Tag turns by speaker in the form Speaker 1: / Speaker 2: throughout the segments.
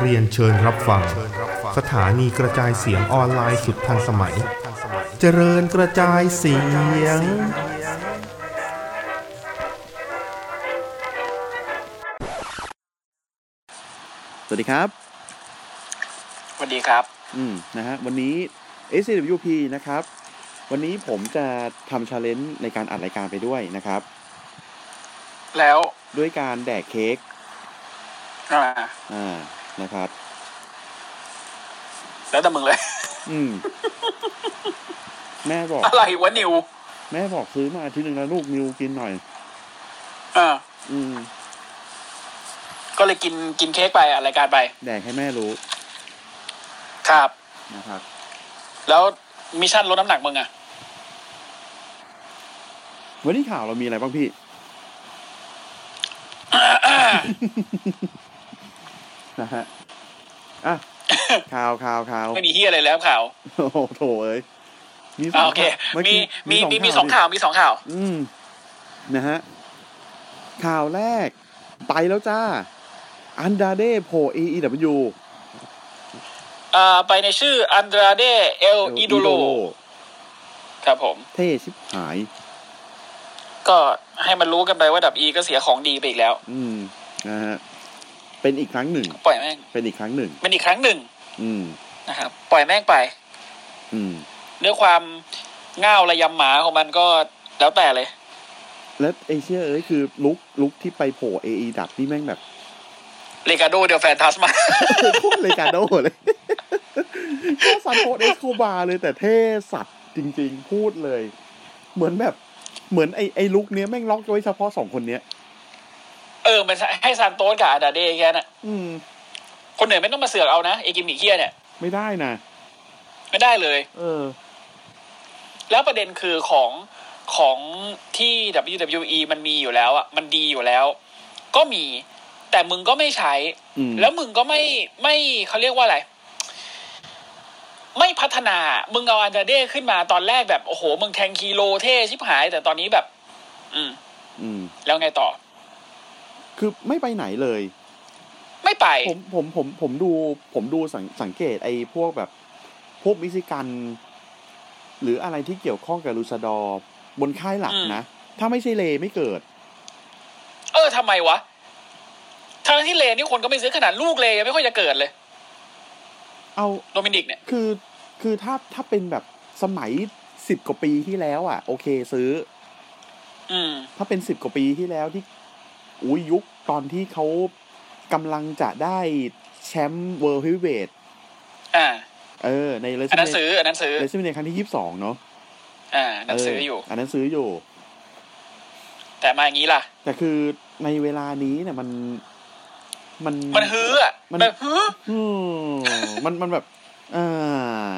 Speaker 1: เรียนเชิญรับฟัง สถานีกระจายเสียงออนไลน์สุดทันสมัย เจริญกระจายเสียง
Speaker 2: สวัสดีครับ
Speaker 3: สวัสดีครับ
Speaker 2: อืม นะฮะ วันนี้ SCWP นะครับ วันนี้ผมจะทำชาเลนจ์ในการอัดรายการไปด้วยนะครับ
Speaker 3: แล้ว
Speaker 2: ด้วยการแดกเค้ก
Speaker 3: อ่า
Speaker 2: อ่า นะครับ
Speaker 3: แล้วแต่มึงเลย
Speaker 2: อืม แม่บอก
Speaker 3: อะไรวะนิว
Speaker 2: แม่บอกซื้อมาอาทิตย์หนึ่งแล้วลูกนิวกินหน่อย
Speaker 3: อ่า
Speaker 2: อืม
Speaker 3: ก็เลยกินกินเค้กไปอ่ะรายการไป
Speaker 2: แดกให้แม่รู้
Speaker 3: ครับ
Speaker 2: นะครับ
Speaker 3: แล้วมิชชั่นลดน้ำหนักมึงอ่ะ
Speaker 2: วันนี้ข่าวเรามีอะไรบ้างพี่ นะฮะ อ่ะ ข่าวข่าวข่าว
Speaker 3: ไม่มีเฮียอะไรแล้วข่าว
Speaker 2: โอ้โหโถเอ้ยมีส
Speaker 3: อ่า
Speaker 2: อง
Speaker 3: โอเค
Speaker 2: เมื่อ
Speaker 3: มี
Speaker 2: กี้
Speaker 3: มีมีมีสอง
Speaker 2: ดิ
Speaker 3: ข่าวมีสองข่าว
Speaker 2: อืม นะฮะ ข่าวแรก ไปแล้วจ้า อันดาเดโผล่ AEW
Speaker 3: อ่า ไปในชื่ออันดราเดเอลอิโดโลครับผม
Speaker 2: เท่ชิบหาย
Speaker 3: ก็ให้มันรู้กันไปว่าดับอีก็เสียของดีไปอีกแล้ว
Speaker 2: อืม นะฮะ เป็นอีกครั้งหนึ่ง
Speaker 3: ปล่อยแม่ง
Speaker 2: เป็นอีกครั้งหนึ่ง
Speaker 3: เป็นอีกครั้งหนึ่ง
Speaker 2: อืม
Speaker 3: นะครับปล่อยแม่งไป
Speaker 2: อืม
Speaker 3: ด้วยความง่าวระยำหมาของมันก็แล้วแต่เลย
Speaker 2: และเอเชียเอ้ยคือลุกลุกที่ไปโผล่ AE ดับนี่แม่งแบบ
Speaker 3: เลกาโดเดลแฟนทัสมา
Speaker 2: โคตรเลยการโดเลย ก็ซันโตเอสโคบาร์เลยแต่เท่สัตว์จริงๆ พูดเลย เหมือนแบบเหมือนไอ้ไอ้ลุกเนี้ยแม่งล็อกไว้เฉพาะสองคนเนี้ย
Speaker 3: เออมันให้ซานโต้กับอาดาเดแค่นั้น
Speaker 2: อืม
Speaker 3: คนอื่นไม่ต้องมาเสือกเอานะเอกิมิเคียเนี่ย
Speaker 2: ไม่ได้นะ
Speaker 3: ไม่ได้เลย
Speaker 2: เออ
Speaker 3: แล้วประเด็นคือของของที่ WWE มันมีอยู่แล้วอ่ะมันดีอยู่แล้ว ก็มี แต่มึงก็ไม่ใช้
Speaker 2: อืม
Speaker 3: แล้วมึงก็ไม่ไม่เขาเรียกว่าอะไร ไม่พัฒนามึงเอาอาดาเดขึ้นมาตอนแรกแบบโอ้โหมึงแทงคีโลเท่ชิบหาย แต่ตอนนี้แบบ อืม
Speaker 2: อืม
Speaker 3: แล้วไงต่อ
Speaker 2: คือไม่ไปไหนเลย
Speaker 3: ไม่ไป
Speaker 2: ผมผมผมผมดู ผมดูสังสังเกตไอ้พวกแบบพวกมิซิกัน หรืออะไรที่เกี่ยวข้องกับลูซาดอร์บนค่ายหลัก
Speaker 3: อืม
Speaker 2: นะ ถ้าไม่ใช่เลไม่เกิด
Speaker 3: เออทำไมวะทั้งที่เลนี่คนก็ไม่ซื้อขนาดลูกเลยังไม่ค่อยจะเกิดเลย
Speaker 2: เอา
Speaker 3: โดมินิกเนี่ย
Speaker 2: คือคือถ้าถ้าเป็นแบบสมัยสิบกว่าปีที่แล้วอ่ะ โอเคซื้อ
Speaker 3: อืม
Speaker 2: ถ้าเป็นสิบกว่าปีที่แล้วที่อุ้ยยุคตอนที่เขากำลังจะได้แชมป์เวิลด์ฮิวเวท
Speaker 3: อ่า
Speaker 2: เออ ในเลส
Speaker 3: อันนั้นซื้อ อันนั้นซื้อ
Speaker 2: เลสเนครั้งที่ยี่สิบสองเนาะ
Speaker 3: อ่า อันนั้นซื้ออยู่
Speaker 2: อันนั้นซื้ออยู่
Speaker 3: แต่มาอย่างนี้ล่ะ
Speaker 2: แต่คือในเวลานี้เนี่ยมันมัน
Speaker 3: มันฮืออ่ะ
Speaker 2: มัน
Speaker 3: แบบฮือ
Speaker 2: อืมมันมันแบบอ่า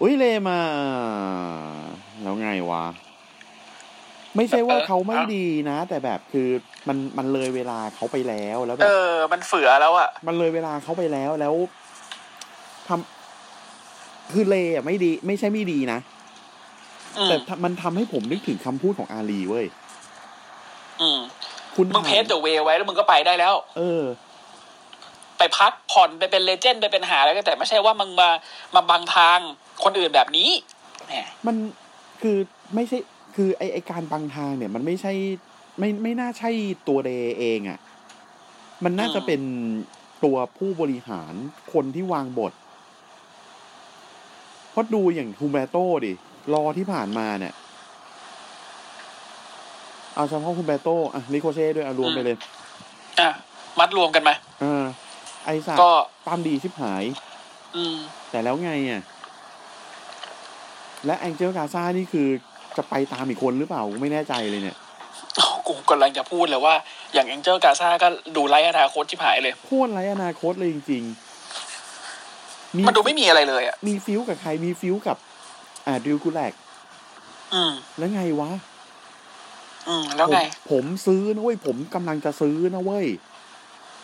Speaker 2: อุ้ยเลมา แล้วไงวะ ไม่ใช่ว่าเขาไม่ดีนะ แต่แบบคือมันมันเลยเวลาเขาไปแล้วแล้วแบ
Speaker 3: เอบ อ มันเฟือแล้วอ่ะ
Speaker 2: มันเลยเวลาเขาไปแล้วแล้วทำคือเลอะไม่ดี ไม่ใช่ไม่ดีนะ
Speaker 3: อืม
Speaker 2: แต่ถ้ามันทำให้ผมนึกถึงคำพูดของอาลีเว้ย
Speaker 3: อืม
Speaker 2: คุณ
Speaker 3: มึงเพ
Speaker 2: ผ่า
Speaker 3: จเดอะเวไว้แล้วมึงก็ไปได้แล้ว
Speaker 2: เออ
Speaker 3: ไปพักผ่อนไปเป็นเลเจนด์ไปเป็นหาแล้วก็แต่ไม่ใช่ว่ามึงมามาบังทางคนอื่นแบบนี้แหม
Speaker 2: มันคือไม่ใช่ คือไอไอการบังทางเนี่ย มันไม่ใช่ ไม่ไม่น่าใช่ตัวเดเองอะ่ะ มันน่าจะเป็นตัวผู้บริหารคนที่วางบทเพราะดูอย่างฮูเบโต้ดิ รอที่ผ่านมาเนี่ย เอาเฉพาะฮูเบโต้อะลิโคเช่ด้วยอารวมไปเลย
Speaker 3: อ่ะมัดรวมกันมา
Speaker 2: เออไอสัต
Speaker 3: ก็
Speaker 2: ว์ตามดีชิบหาย
Speaker 3: อืม
Speaker 2: แต่แล้วไงอ่ะ และแองเจลกาซานี่คือจะไปตามอีกคนหรือเปล่ากูไม่แน่ใจเลยเนี่ย
Speaker 3: โอ้โหกูกำลังจะพูดเลยว่า อย่างแองเจลกาซาก็ดูไร้อนาคตชิบหายเลย
Speaker 2: โคตรไร้อนาคตเลยจริงๆ มี
Speaker 3: มันดูไม่มีอะไรเลยอ่ะ
Speaker 2: มีฟิวกับใครมีฟิวกับ อ่าดิวกูแลก
Speaker 3: อืม
Speaker 2: แล้วไงวะ
Speaker 3: อืม แล้วไง
Speaker 2: ผมผมซื้อนะเว้ย ผมกำลังจะซื้อนะเว้ย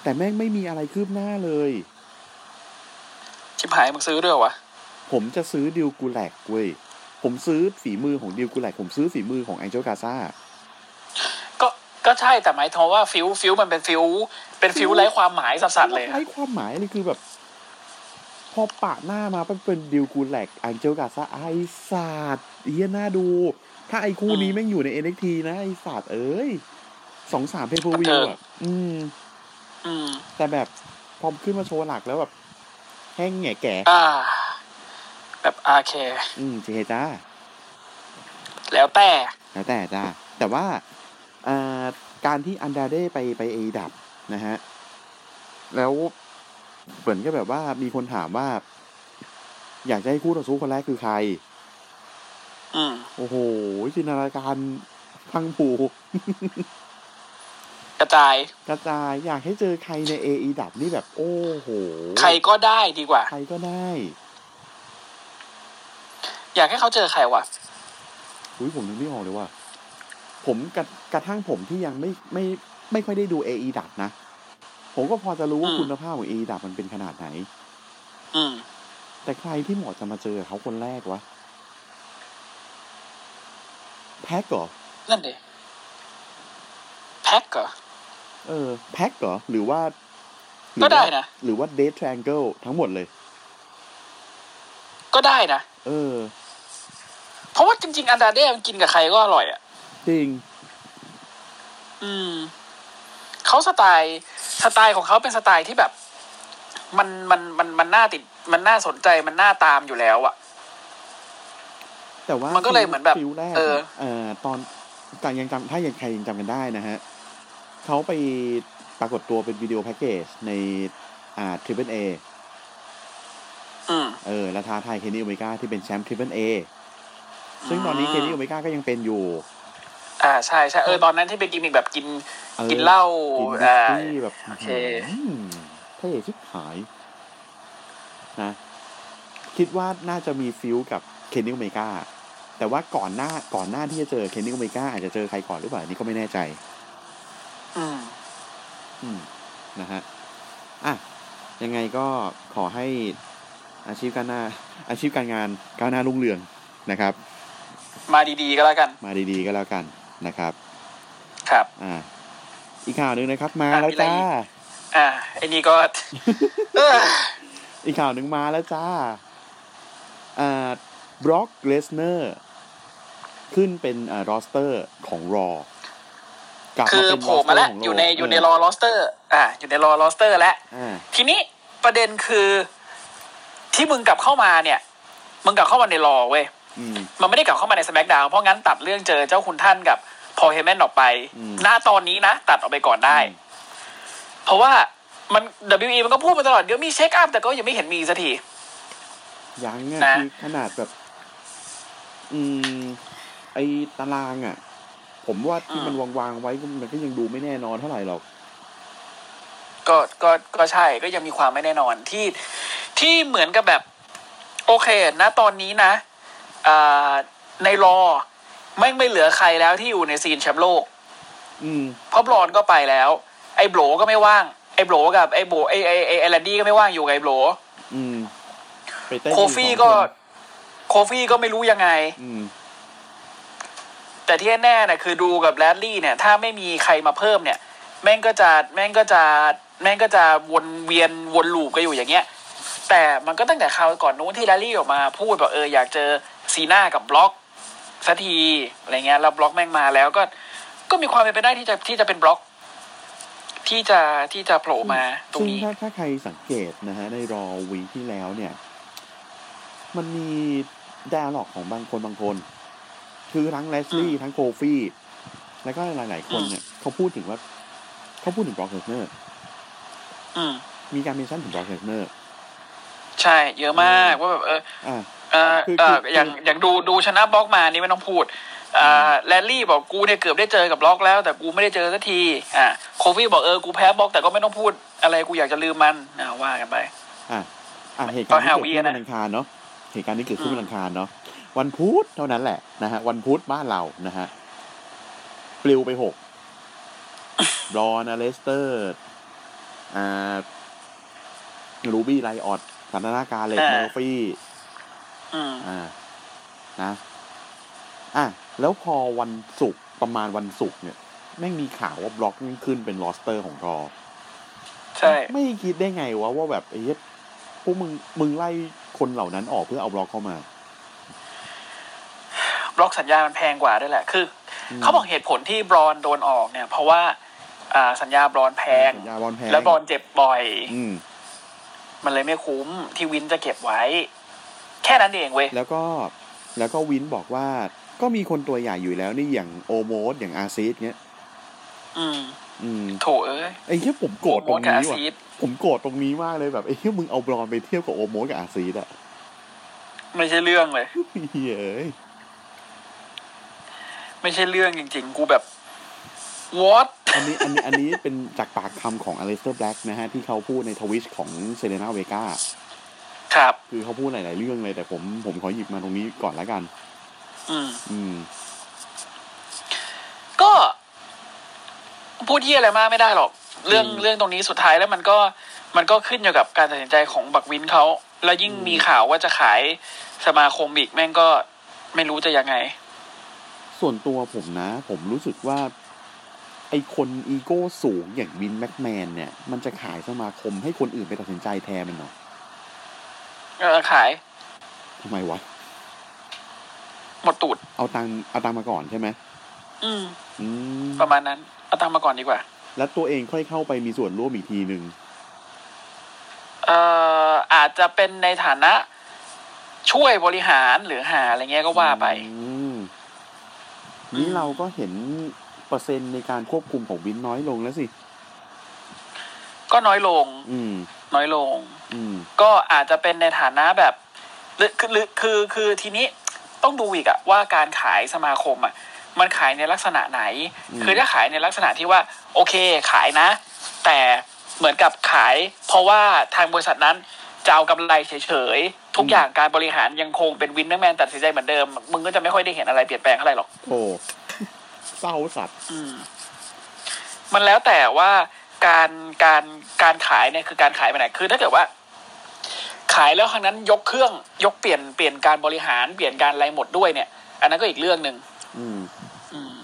Speaker 2: แต่แม่งไม่มีอะไรคืบหน้าเลย
Speaker 3: ชิบหายมึงซื้อด้วยเหรอวะ
Speaker 2: ผมจะซื้อดิวกูแลกเว้ย ผมซื้อฝีมือของดิวกูแลกผมซื้อฝีมือของแองเจลกาซา
Speaker 3: ก็ ก็ใช่แต่หมายถึงว่าฟิวฟิวมันเป็นฟิวเป็นฟิวไร้ความหมายสัสๆเลยอะ
Speaker 2: ไร้ความหมายเลยคือแบบ พอปะหน้ามาเป็นดิวกูแลกอังเจลกาซาไอศาสตร์เฮียน่าดู ถ้าไอคู่นี้แม่งอยู่ใน NXT นะไอศาสตร์เอ้ยสองสามเพนพูวิวอ่ะ อืม
Speaker 3: อืม
Speaker 2: แต่แบบพอขึ้นมาโชว์หลักแล้วแบบแห้งแง่แก่
Speaker 3: อ่า แบบโอเค
Speaker 2: อืมเจจ้า
Speaker 3: แล้วแต่
Speaker 2: แล้วแต่จ้าแต่ว่าเอ่อการที่อันดาเด้ไปไปเอดับนะฮะ แล้วเหมือนก็แบบว่ามีคนถามว่า อยากจะให้คู่ต่อสู้คนแรกคือใคร
Speaker 3: อืม
Speaker 2: โอ้โห จินตนาการพังผู
Speaker 3: กระจาย
Speaker 2: กระจายอยากให้เจอใครในเออดับนี่แบบ โอ้โห
Speaker 3: ใครก็ได้ดีกว่า
Speaker 2: ใครก็ได้
Speaker 3: อยากให้เขาเจอใครวะ
Speaker 2: อุ้ยผมนึกไม่ออกเลยว่า ผมกระกระทั่งผมที่ยังไม่ไม่ไม่ค่อยได้ดูเออดับนะ ผมก็พอจะรู้ว่าคุณภาพของเออดับมันเป็นขนาดไหน
Speaker 3: อืม
Speaker 2: แต่ใครที่เหมาะจะมาเจอเขาคนแรกวะ แพ็กเหรอ
Speaker 3: นั่นดิแพ็กเหรอ
Speaker 2: เออ แพ็กเหรอ หรือว่าหรือ
Speaker 3: ก็ได้
Speaker 2: ว่า
Speaker 3: นะ
Speaker 2: หรือว่าเดทแทรงเกิลทั้งหมดเลย
Speaker 3: ก็ได้นะ
Speaker 2: เออ
Speaker 3: เพราะว่าจริง ๆ อันดาเด้มันกินกับใครก็อร่อยอ่ะ
Speaker 2: จริง
Speaker 3: อืม เขาสไตล์สไตล์ของเขาเป็นสไตล์ที่แบบ มันมันมันมันน่าติด มันน่าสนใจมันน่าตามอยู่แล้วอ่ะ
Speaker 2: แต่ว่า
Speaker 3: มันก็เลยเหมือนแบบ
Speaker 2: ฟิลแรก
Speaker 3: เออ
Speaker 2: ะเออตอนจำยังจำถ้ายังใครยังจำกันได้นะฮะ เขาไปปรากฏตัวเป็นวิดีโอแพ็กเกจในอ่าทริปเปิลเอ
Speaker 3: อืม
Speaker 2: เออและท้าทายเคนนี่โอเมก้าที่เป็นแชมป์ทริปเปิลเอซึ่งตอนนี้เคนนี่โอเมก้าก็ยังเป็นอยู่
Speaker 3: อ่าใช่ใช่เออตอนนั้นที่เป็นกิมมิกแบบกิน
Speaker 2: เออ
Speaker 3: กินเหล้า
Speaker 2: กินวิ
Speaker 3: อ่า
Speaker 2: สกี้แบบ
Speaker 3: โอเค
Speaker 2: มเท่ชิบหาย นะ คิดว่าน่าจะมีฟิวกับเคนนิโอเมกาแต่ว่าก่อนหน้าก่อนหน้าที่จะเจอเคนนิโอเมกาอาจจะเจอใครก่อนหรือเปล่าอันนี้ก็ไม่แน่ใจ
Speaker 3: อืม
Speaker 2: อืม นะฮะ อ่ะ ยังไงก็ขอให้อาชีพการหน้า อาชีพการงานก้าวหน้ารุ่งเรืองนะครับ
Speaker 3: มาดีๆก็แล้วกัน
Speaker 2: มาดีๆก็แล้วกันนะครับ
Speaker 3: ครับ
Speaker 2: อ่า อีกข่าวหนึ่งนะครับ มา
Speaker 3: อ่ะ
Speaker 2: แล้ว
Speaker 3: มีอะไร
Speaker 2: จ้า
Speaker 3: อีก อ่าไอ้นี่ ก็ เออ
Speaker 2: อีกข่าวหนึ่งมาแล้วจ้า อ่าบล็อกเลสเนอร์ขึ้นเป็นอ่ารอสเตอร์ของรอกลับ
Speaker 3: คื
Speaker 2: มา
Speaker 3: อ
Speaker 2: เป็น
Speaker 3: โผล่มา
Speaker 2: roster
Speaker 3: แล้ว
Speaker 2: ขง Raw
Speaker 3: อยู่ในอยู่ใน
Speaker 2: เ
Speaker 3: รอลอสเตอร์ อ่า อยู่ในรอลอสเตอร์แล้ว
Speaker 2: อ่า
Speaker 3: ทีนี้ประเด็นคือ ที่มึงกลับเข้ามาเนี่ย มึงกลับเข้ามาในรอเว้ย
Speaker 2: อืม
Speaker 3: มันไม่ได้กลับเข้ามาในส c k กดาวเพราะงั้นตัดเรื่องเจอเจ้าคุณท่านกับพอเฮเมนออกไป
Speaker 2: อืม
Speaker 3: หน้าตอนนี้นะ ตัดออกไปก่อนได้ เพราะว่ามัน WE มันก็พูดมาตลอดเดี๋ยวมีเช็คอัพแต่ก็ยังไม่เห็นมีสักที
Speaker 2: ยังอ่ะ
Speaker 3: นะ
Speaker 2: คือขนาดแบบ อืม ไอตารางอ่ะ ผมว่าที่มันวางๆไว้มันก็ยังดูไม่แน่นอนเท่าไหร่หรอก
Speaker 3: ก็ก็ก็ใช่ก็ยังมีความไม่แน่นอนที่ที่เหมือนกับแบบ โอเคนะตอนนี้นะอ่าในรอไม่งไม่เหลือใครแล้วที่อยู่ในซีนแชมป์โลก
Speaker 2: อืม
Speaker 3: เพราะบลอนก็ไปแล้ว ไอ้โบลก็ไม่ว่าง ไอ้โบลกับไอ้โบไอ้ไอ้ไอ้ไอ้แลนดี้ก็ไม่ว่างอยู่กับไอ้โบล
Speaker 2: อืม ไปเต้น
Speaker 3: โคฟี่ก็
Speaker 2: สองคน
Speaker 3: โคฟี่ก็ไม่รู้ยังไง
Speaker 2: อืม
Speaker 3: แต่ที่แน่ๆนะคือดูกับแรดลี่เนี่ย ถ้าไม่มีใครมาเพิ่มเนี่ย แม่งก็จะแม่งก็จะแม่งก็จะวนเวียนวนลูปกันอยู่อย่างเงี้ย แต่มันก็ตั้งแต่คราวก่อนนู้นที่แรดลี่ออกมาพูดแบบเอออยากเจอซีน่ากับบล็อกสักทีอะไรเงี้ยแล้วบล็อกแม่งมาแล้วก็ก็มีความเป็นไปได้ที่จะที่จะเป็นบล็อก ที่จะที่จะโผล่มาตรง
Speaker 2: ซึ่ง
Speaker 3: นี้
Speaker 2: ถ้าถ้าใครสังเกตนะฮะ ในรอวีคที่แล้วเนี่ย มันมีดาล็อกของบางคนบางคน คือทั้งเลสลี่ ทั้งโคฟี่ แล้วก็หลาย ๆ คนเนี่ย เขาพูดถึงว่าเขาพูดถึงบล็อกเลสเนอร์
Speaker 3: อืม
Speaker 2: มีการเมนชั่นถึงบล็อกเลสเนอร์
Speaker 3: ใช่ เยอะมากว่าแบบเออ
Speaker 2: อ่า
Speaker 3: เออ
Speaker 2: คือ
Speaker 3: เออ
Speaker 2: คือ
Speaker 3: อย่างอย่างดูดูชนะบล็อกมานี่ไม่ต้องพูดอ่าแรลลี่บอกกูเนี่ยเกือบได้เจอกับบล็อกแล้ว แต่กูไม่ได้เจอสักทีอ่าโคฟี่บอกเออกูแพ้บล็อกแต่ก็ไม่ต้องพูดอะไรกูอยากจะลืมมันอ่าว่ากันไป
Speaker 2: อ่ะอ่ะเหตุการณ์ที่เกิด
Speaker 3: ก็ Howie
Speaker 2: ขึ้นวั
Speaker 3: นะ
Speaker 2: นอังคารเนาะเหตุการณ์ที่เกิดขึ้น
Speaker 3: อืม
Speaker 2: วันอังคารเนาะวันพุธเท่านั้นแหละนะฮะวันพุธบ้านเรานะฮะปลิวไปหก รอนะเลสเตอร์อ่ารูบี้ไลออดสันทนาการเหล็กเมอร์ฟี่
Speaker 3: อืม
Speaker 2: อ่า นะ อ่ะ แล้วพอวันศุกร์ประมาณวันศุกร์เนี่ย แม่งมีข่าวว่าบล็อกแม่งขึ้นเป็นลอสเตอร์ของรอ
Speaker 3: ใช่
Speaker 2: ไม่คิดได้ไงวะว่าแบบไอ้เหี้ยพวกมึงมึงไล่คนเหล่านั้นออกเพื่อเอาบล็อกเข้ามา
Speaker 3: บล็อกสัญญามันแพงกว่าด้วยแหละ คืออ
Speaker 2: ม
Speaker 3: เขาบอกเหตุผลที่บรอนโดนออกเนี่ย เพราะว่าอ่าสัญญาบรอนแพง
Speaker 2: สัญญาบอลแพง
Speaker 3: แล้วบรอนเจ็บบ่อย
Speaker 2: อืม
Speaker 3: มันเลยไม่คุ้มที่วินจะเก็บไว้ แค่นั้นเองเว้ย
Speaker 2: แล้วก็แล้วก็วินบอกว่า ก็มีคนตัวใหญ่อยู่แล้วนี่อย่างโอโมสอย่างอาซีสเนี้ย
Speaker 3: อืม
Speaker 2: อืม
Speaker 3: โถเอ้ย
Speaker 2: ไอ้เหี้ยผมโกรธต
Speaker 3: โม
Speaker 2: รง
Speaker 3: ดกับอา
Speaker 2: นี้ว่ะ
Speaker 3: ซีด
Speaker 2: ผมโกรธตรงนี้มากเลยแบบไอ้เหี้ยมึงเอาบรอนไปเทียบกับโอโมสกับอาซีสอะ
Speaker 3: ไม่ใช่เรื่องเลย
Speaker 2: เฮ้ยเอ้ย
Speaker 3: ไม่ใช่เรื่องจริง ๆ กูแบบ what
Speaker 2: อันนี้อันนี้อันนี้เป็นจากปากคำของอเลสเตอร์แบล็กนะฮะ ที่เขาพูดในทวิชของเซเลนาเวกา
Speaker 3: ครับ
Speaker 2: คือเขาพูดหลาย ๆ เรื่องเลยแต่ผมผมขอหยิบมาตรงนี้ก่อนละกัน
Speaker 3: อืม
Speaker 2: อืม
Speaker 3: ก็พูดเยี่ยอะไรมากไม่ได้หรอก เรื่อง
Speaker 2: อืม
Speaker 3: เรื่องตรงนี้สุดท้ายแล้วมันก็มันก็ขึ้นอยู่กับการตัดสินใจของบักวินเขา แล้วยิ่ง
Speaker 2: อืม
Speaker 3: มีข่าวว่าจะขายสมาคมอีกแม่งก็ไม่รู้จะยังไง
Speaker 2: ส่วนตัวผมนะ ผมรู้สึกว่า ไอคนอีโก้สูงอย่างวินแม็กแมนเนี่ย มันจะขายสมาคมให้คนอื่นไปตัดสินใจแทนมันเนาะ
Speaker 3: เออขาย
Speaker 2: ทำไมวะ
Speaker 3: หมดตูด
Speaker 2: เอาตังค์เอาตังค์มาก่อนใช่ไหม
Speaker 3: อืม
Speaker 2: อืม
Speaker 3: ประมาณนั้นเอาตังค์มาก่อนดีกว่า
Speaker 2: แล้วตัวเองค่อยเข้าไปมีส่วนร่วมอีกทีหนึ่ง
Speaker 3: เอ่ออาจจะเป็นในฐานะช่วยบริหารหรือหาอะไรเงี้ยก็ว่าไป
Speaker 2: อืมนี่เราก็เห็นเปอร์เซ็นต์ในการควบคุมของวินน้อยลงแล้วสิ
Speaker 3: ก็น้อยลง
Speaker 2: อืม
Speaker 3: น้อยลง
Speaker 2: อืม
Speaker 3: ก็อาจจะเป็นในฐานะแบบหรือคือหรือคือคือทีนี้ต้องดูอีกอะว่าการขายสมาคมอะมันขายในลักษณะไหน
Speaker 2: อืม
Speaker 3: คือถ้าขายในลักษณะที่ว่า โอเคขายนะ แต่เหมือนกับขาย เพราะว่าทางบริษัทนั้นจะเอากำไรเฉยๆทุกอย่างการบริหารยังคงเป็นวินเนอร์แมนตัดสินใจเหมือนเดิมมึงก็จะไม่ค่อยได้เห็นอะไรเปลี่ยนแปลงเท่าไหร่หรอก
Speaker 2: โอ้เศร้าสัตว์
Speaker 3: อืมมันแล้วแต่ว่าการการการขายเนี่ยคือการขายไปไหนคือถ้าเกิดว่า ขายแล้วครั้งนั้นยกเครื่องยกเปลี่ยนเปลี่ยนการบริหารเปลี่ยนการอะไรหมดด้วยเนี่ย อันนั้นก็อีกเรื่องหนึ่ง
Speaker 2: อืม
Speaker 3: อืม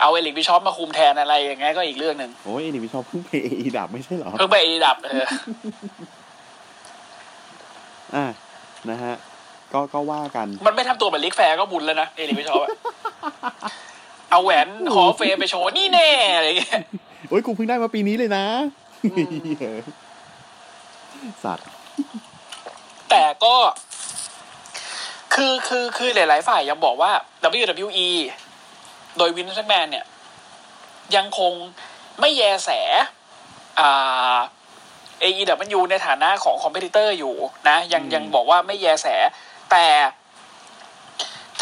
Speaker 3: เอาเอลิกบิชอปมาคุมแทนอะไรอย่างเงี้ยก็อีกเรื่องหนึ่ง
Speaker 2: โอ้ยนี่พี่ชอบ เพิ่งเพย์อีดับไม่ใช่เหรอ
Speaker 3: เพิ่งไปเอดับเออ
Speaker 2: อ่ะนะฮะ ก็ก็ว่ากัน
Speaker 3: มันไม่ทำตัวเป็นลิกแฟร์ก็บุญแล้วนะเอลิกบิชอปอะเอาแหวนขอเฟรมไปโชว์นี่แน่อะไรอย่างเงี้ย
Speaker 2: โอ้ยกูเพิ่งได้มาปีนี้เลยนะ
Speaker 3: อืม
Speaker 2: เฮ้ย สัตว์
Speaker 3: แต่ก็คือคือคือหลาย ๆ ฝ่ายยังบอกว่า WWE โดยวินเทอร์แมนเนี่ย ยังคงไม่แยแสอ่า AEW ในฐานะของคอมเพติเตอร์อยู่นะ ยัง
Speaker 2: อืม
Speaker 3: ยังบอกว่าไม่แยแส แต่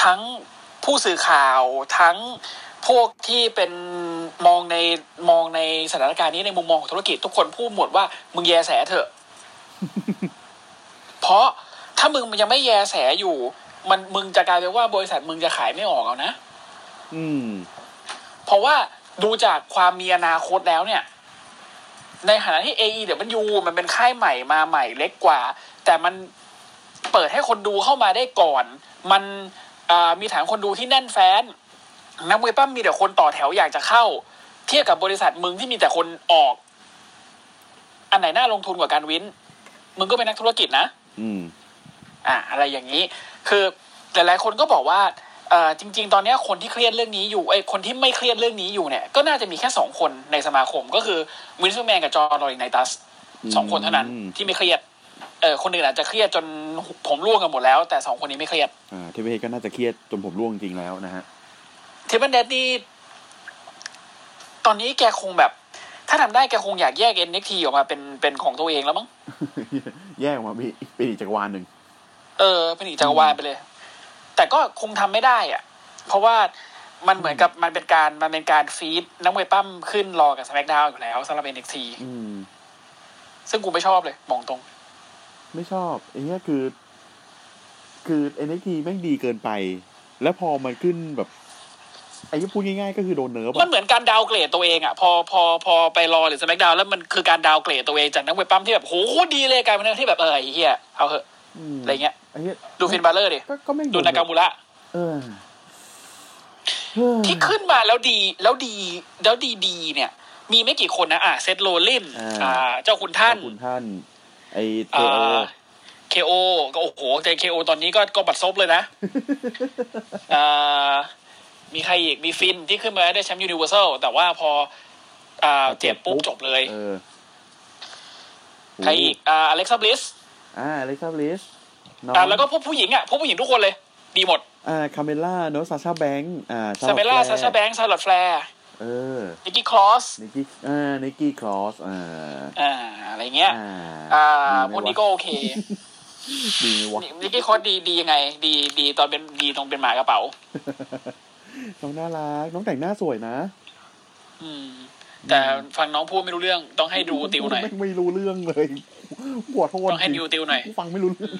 Speaker 3: ทั้งผู้สื่อข่าวทั้งพวกที่เป็นมองในมองในสถานการณ์นี้ในมุมมองของธุรกิจทุกคนพูดหมดว่า มึงแยแสเถอะ เพราะถ้ามึงมันยังไม่แยแสอยู่ มันมึงจะกลายเป็นว่าบริษัทมึงจะขายไม่ออกเอานะ
Speaker 2: อืม
Speaker 3: เพราะว่าดูจากความมีอนาคตแล้วเนี่ย ในฐานะที่ AE เดี๋ยวมันยูมันเป็นค่ายใหม่มาใหม่เล็กกว่า แต่มันเปิดให้คนดูเข้ามาได้ก่อน มันอ่ามีฐานคนดูที่แน่นแฟน นักมวยปั้มมีแต่คนต่อแถวอยากจะเข้า เทียบกับบริษัทมึงที่มีแต่คนออก อันไหนน่าลงทุนกว่าการวิน มึงก็เป็นนักธุรกิจนะ
Speaker 2: อืม
Speaker 3: อ่ะอะไรอย่างนี้ คือหลายๆคนก็บอกว่าเอ่อจริง ๆ ตอนเนี้ยคนที่เครียดเรื่องนี้อยู่ไอ้ยคนที่ไม่เครียดเรื่องนี้อยู่เนี่ย ก็น่าจะมีแค่สองคนในสมาคมก็คือวินสเตอร์แมนกับจอร์นลอริไนตัสสองคนเท่านั้น
Speaker 2: อืม
Speaker 3: ที่ไม่เครียดเออคนอื่นอาจจะเครียดจนผมร่วงกันหมดแล้ว แต่สองคนนี้ไม่เครียด
Speaker 2: อ่าเทพเฮดก็น่าจะเครียดจนผมร่วงจริงแล้วนะฮะ
Speaker 3: เทปเปิลเดดนี่ตอนนี้แกคงแบบ ถ้าทำได้แกคงอยากแยกเอ็นเอ็กทีออกมาเป็นเป็นของตัวเองแล้วมั้ง
Speaker 2: แยกออกมาพี่เป็นอีกจักรวาลหนึ่ง
Speaker 3: เออเป็นอีกจักรวาลไปเลย แต่ก็คงทำไม่ได้อ่ะ เพราะว่ามันเหมือนกับมันเป็นการมันเป็นการฟีดนักมวยปั้มขึ้นรอกับส c k กดาวอยู่แล้วสำหรับเอ็นเอ็กซี
Speaker 2: อืม
Speaker 3: ซึ่งกูไม่ชอบเลยมองตรง
Speaker 2: ไม่ชอบไอ้เนี้ยคือ คือ NXT แม่งดีเกินไป แล้วพอมันขึ้นแบบไอ้ที่พูดง่ายๆ ก็คือโดนเนิร์ฟ
Speaker 3: มัน
Speaker 2: อะ
Speaker 3: เหมือนการดาวเกรดตัวเองอ่ะ พอพอพอไปรอหรือส c k กดาวแล้วมันคือการดาวเกรดตัวเองจากนักมวยปั้มที่แบบโหโคตรดีเลยกลายเป็นเรื่องที่แบบเออไอ้เฮียเอาเหอะ
Speaker 2: ม
Speaker 3: อะไรเงี้ย
Speaker 2: ไอ้เนี้ย
Speaker 3: ดูฟินบาเลอร์ดิ
Speaker 2: ก็ก็แม่ง
Speaker 3: ดูนากามูระ
Speaker 2: เออ
Speaker 3: ที่ขึ้นมาแล้วดีแล้วดีแล้วดีดีๆเนี่ย มีไม่กี่คนนะอ่ะเซตโรลิน
Speaker 2: อ่า
Speaker 3: อ่า เจ้าคุณท่าน
Speaker 2: ขอบคุณท่าน ไอเท
Speaker 3: อ่
Speaker 2: โอา
Speaker 3: เคโอก็โอ้โหแต่เคโอตอนนี้ก็ก็บัดซบเลย นะ อ่ามีใครอีกมีฟินที่ขึ้นมาได้แชมป์ยูนิเวอร์แซลแต่ว่าพออ่าเจ็บปุ๊บจบเลย
Speaker 2: เออ
Speaker 3: ใครอีกอ่าอเล็กซ์บลิส
Speaker 2: อ่าเล็กซ์ลิส
Speaker 3: อ่าแล้วก็พวกผู้หญิงอ่ะพวกผู้หญิงทุกคนเลย ดีหมด
Speaker 2: อ่าคาเมล่าเนอะซาชาแบงค์อ่า
Speaker 3: ซา
Speaker 2: Charlotte
Speaker 3: เมล่า
Speaker 2: Flair
Speaker 3: ซาชาแบงค์ซาลอดแฟร์
Speaker 2: เออ
Speaker 3: นิกกี้คลอส
Speaker 2: นิกกี้อ่านิกกี้คลอสอ่า
Speaker 3: อ่าอะไรเงี้ย
Speaker 2: อ่า
Speaker 3: อ่า
Speaker 2: ดีไหม
Speaker 3: พวกนี้ก็โอเค
Speaker 2: ดีไหมวะ
Speaker 3: นิกกี้คลอสดีดียังไง ดีดีตอนเป็นดีตรงเป็นหมากระเป๋า
Speaker 2: น้องน่ารัก น้องแต่งหน้าสวยนะ
Speaker 3: อืม แต่ฟังน้องพูดไม่รู้เรื่องต้องให้ดูติวหน่อย
Speaker 2: ไม่ไม่รู้เรื่องเลยปวดโทษ
Speaker 3: ต้องให้ดิวติวหน่อย
Speaker 2: กูฟังไม่รู้เรื่อง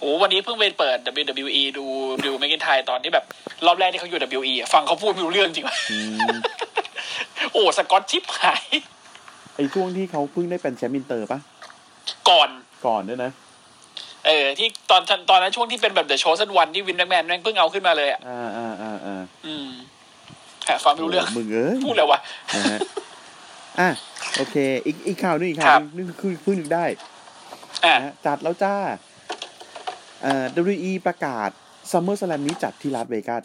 Speaker 3: โอ้วันนี้เพิ่งไปเปิด WWE ดูดูแมกกินไทยตอนที่แบบ รอบแรกที่เขาอยู่ WWE อะฟังเขาพูดไม่รู้เรื่องจริงวะโอ้สกอตชิปหาย
Speaker 2: ไอช่วงที่เขาเพิ่งได้เป็นแชมป์อินเตอร์ปะ
Speaker 3: ก่อน
Speaker 2: ก่อนด้วยนะ
Speaker 3: เออ ที่ตอนตอนนั้นช่วงที่เป็นแบบเดอะโชว์สันวันที่วินแมกแมนแม่งเพิ่งเอาขึ้นมาเลยอ่ะ
Speaker 2: อ่าอ่าอ่าอ่า
Speaker 3: อืมหาฟังไม่รู้เรื่อง
Speaker 2: มึงเอ้ย
Speaker 3: พูดแล้ววะ
Speaker 2: นะฮะอ่ะโอเค อีกอีกข่าวหนึงอีก
Speaker 3: ครั
Speaker 2: ข่าว
Speaker 3: บ
Speaker 2: หนึงคือเพิ่งนึกได้
Speaker 3: อ่ะ
Speaker 2: นะฮะจัดแล้วจ้าเอ่อ WWE ประกาศซัมเมอร์ส m ลมนี้จัดที่ลาสเวกัส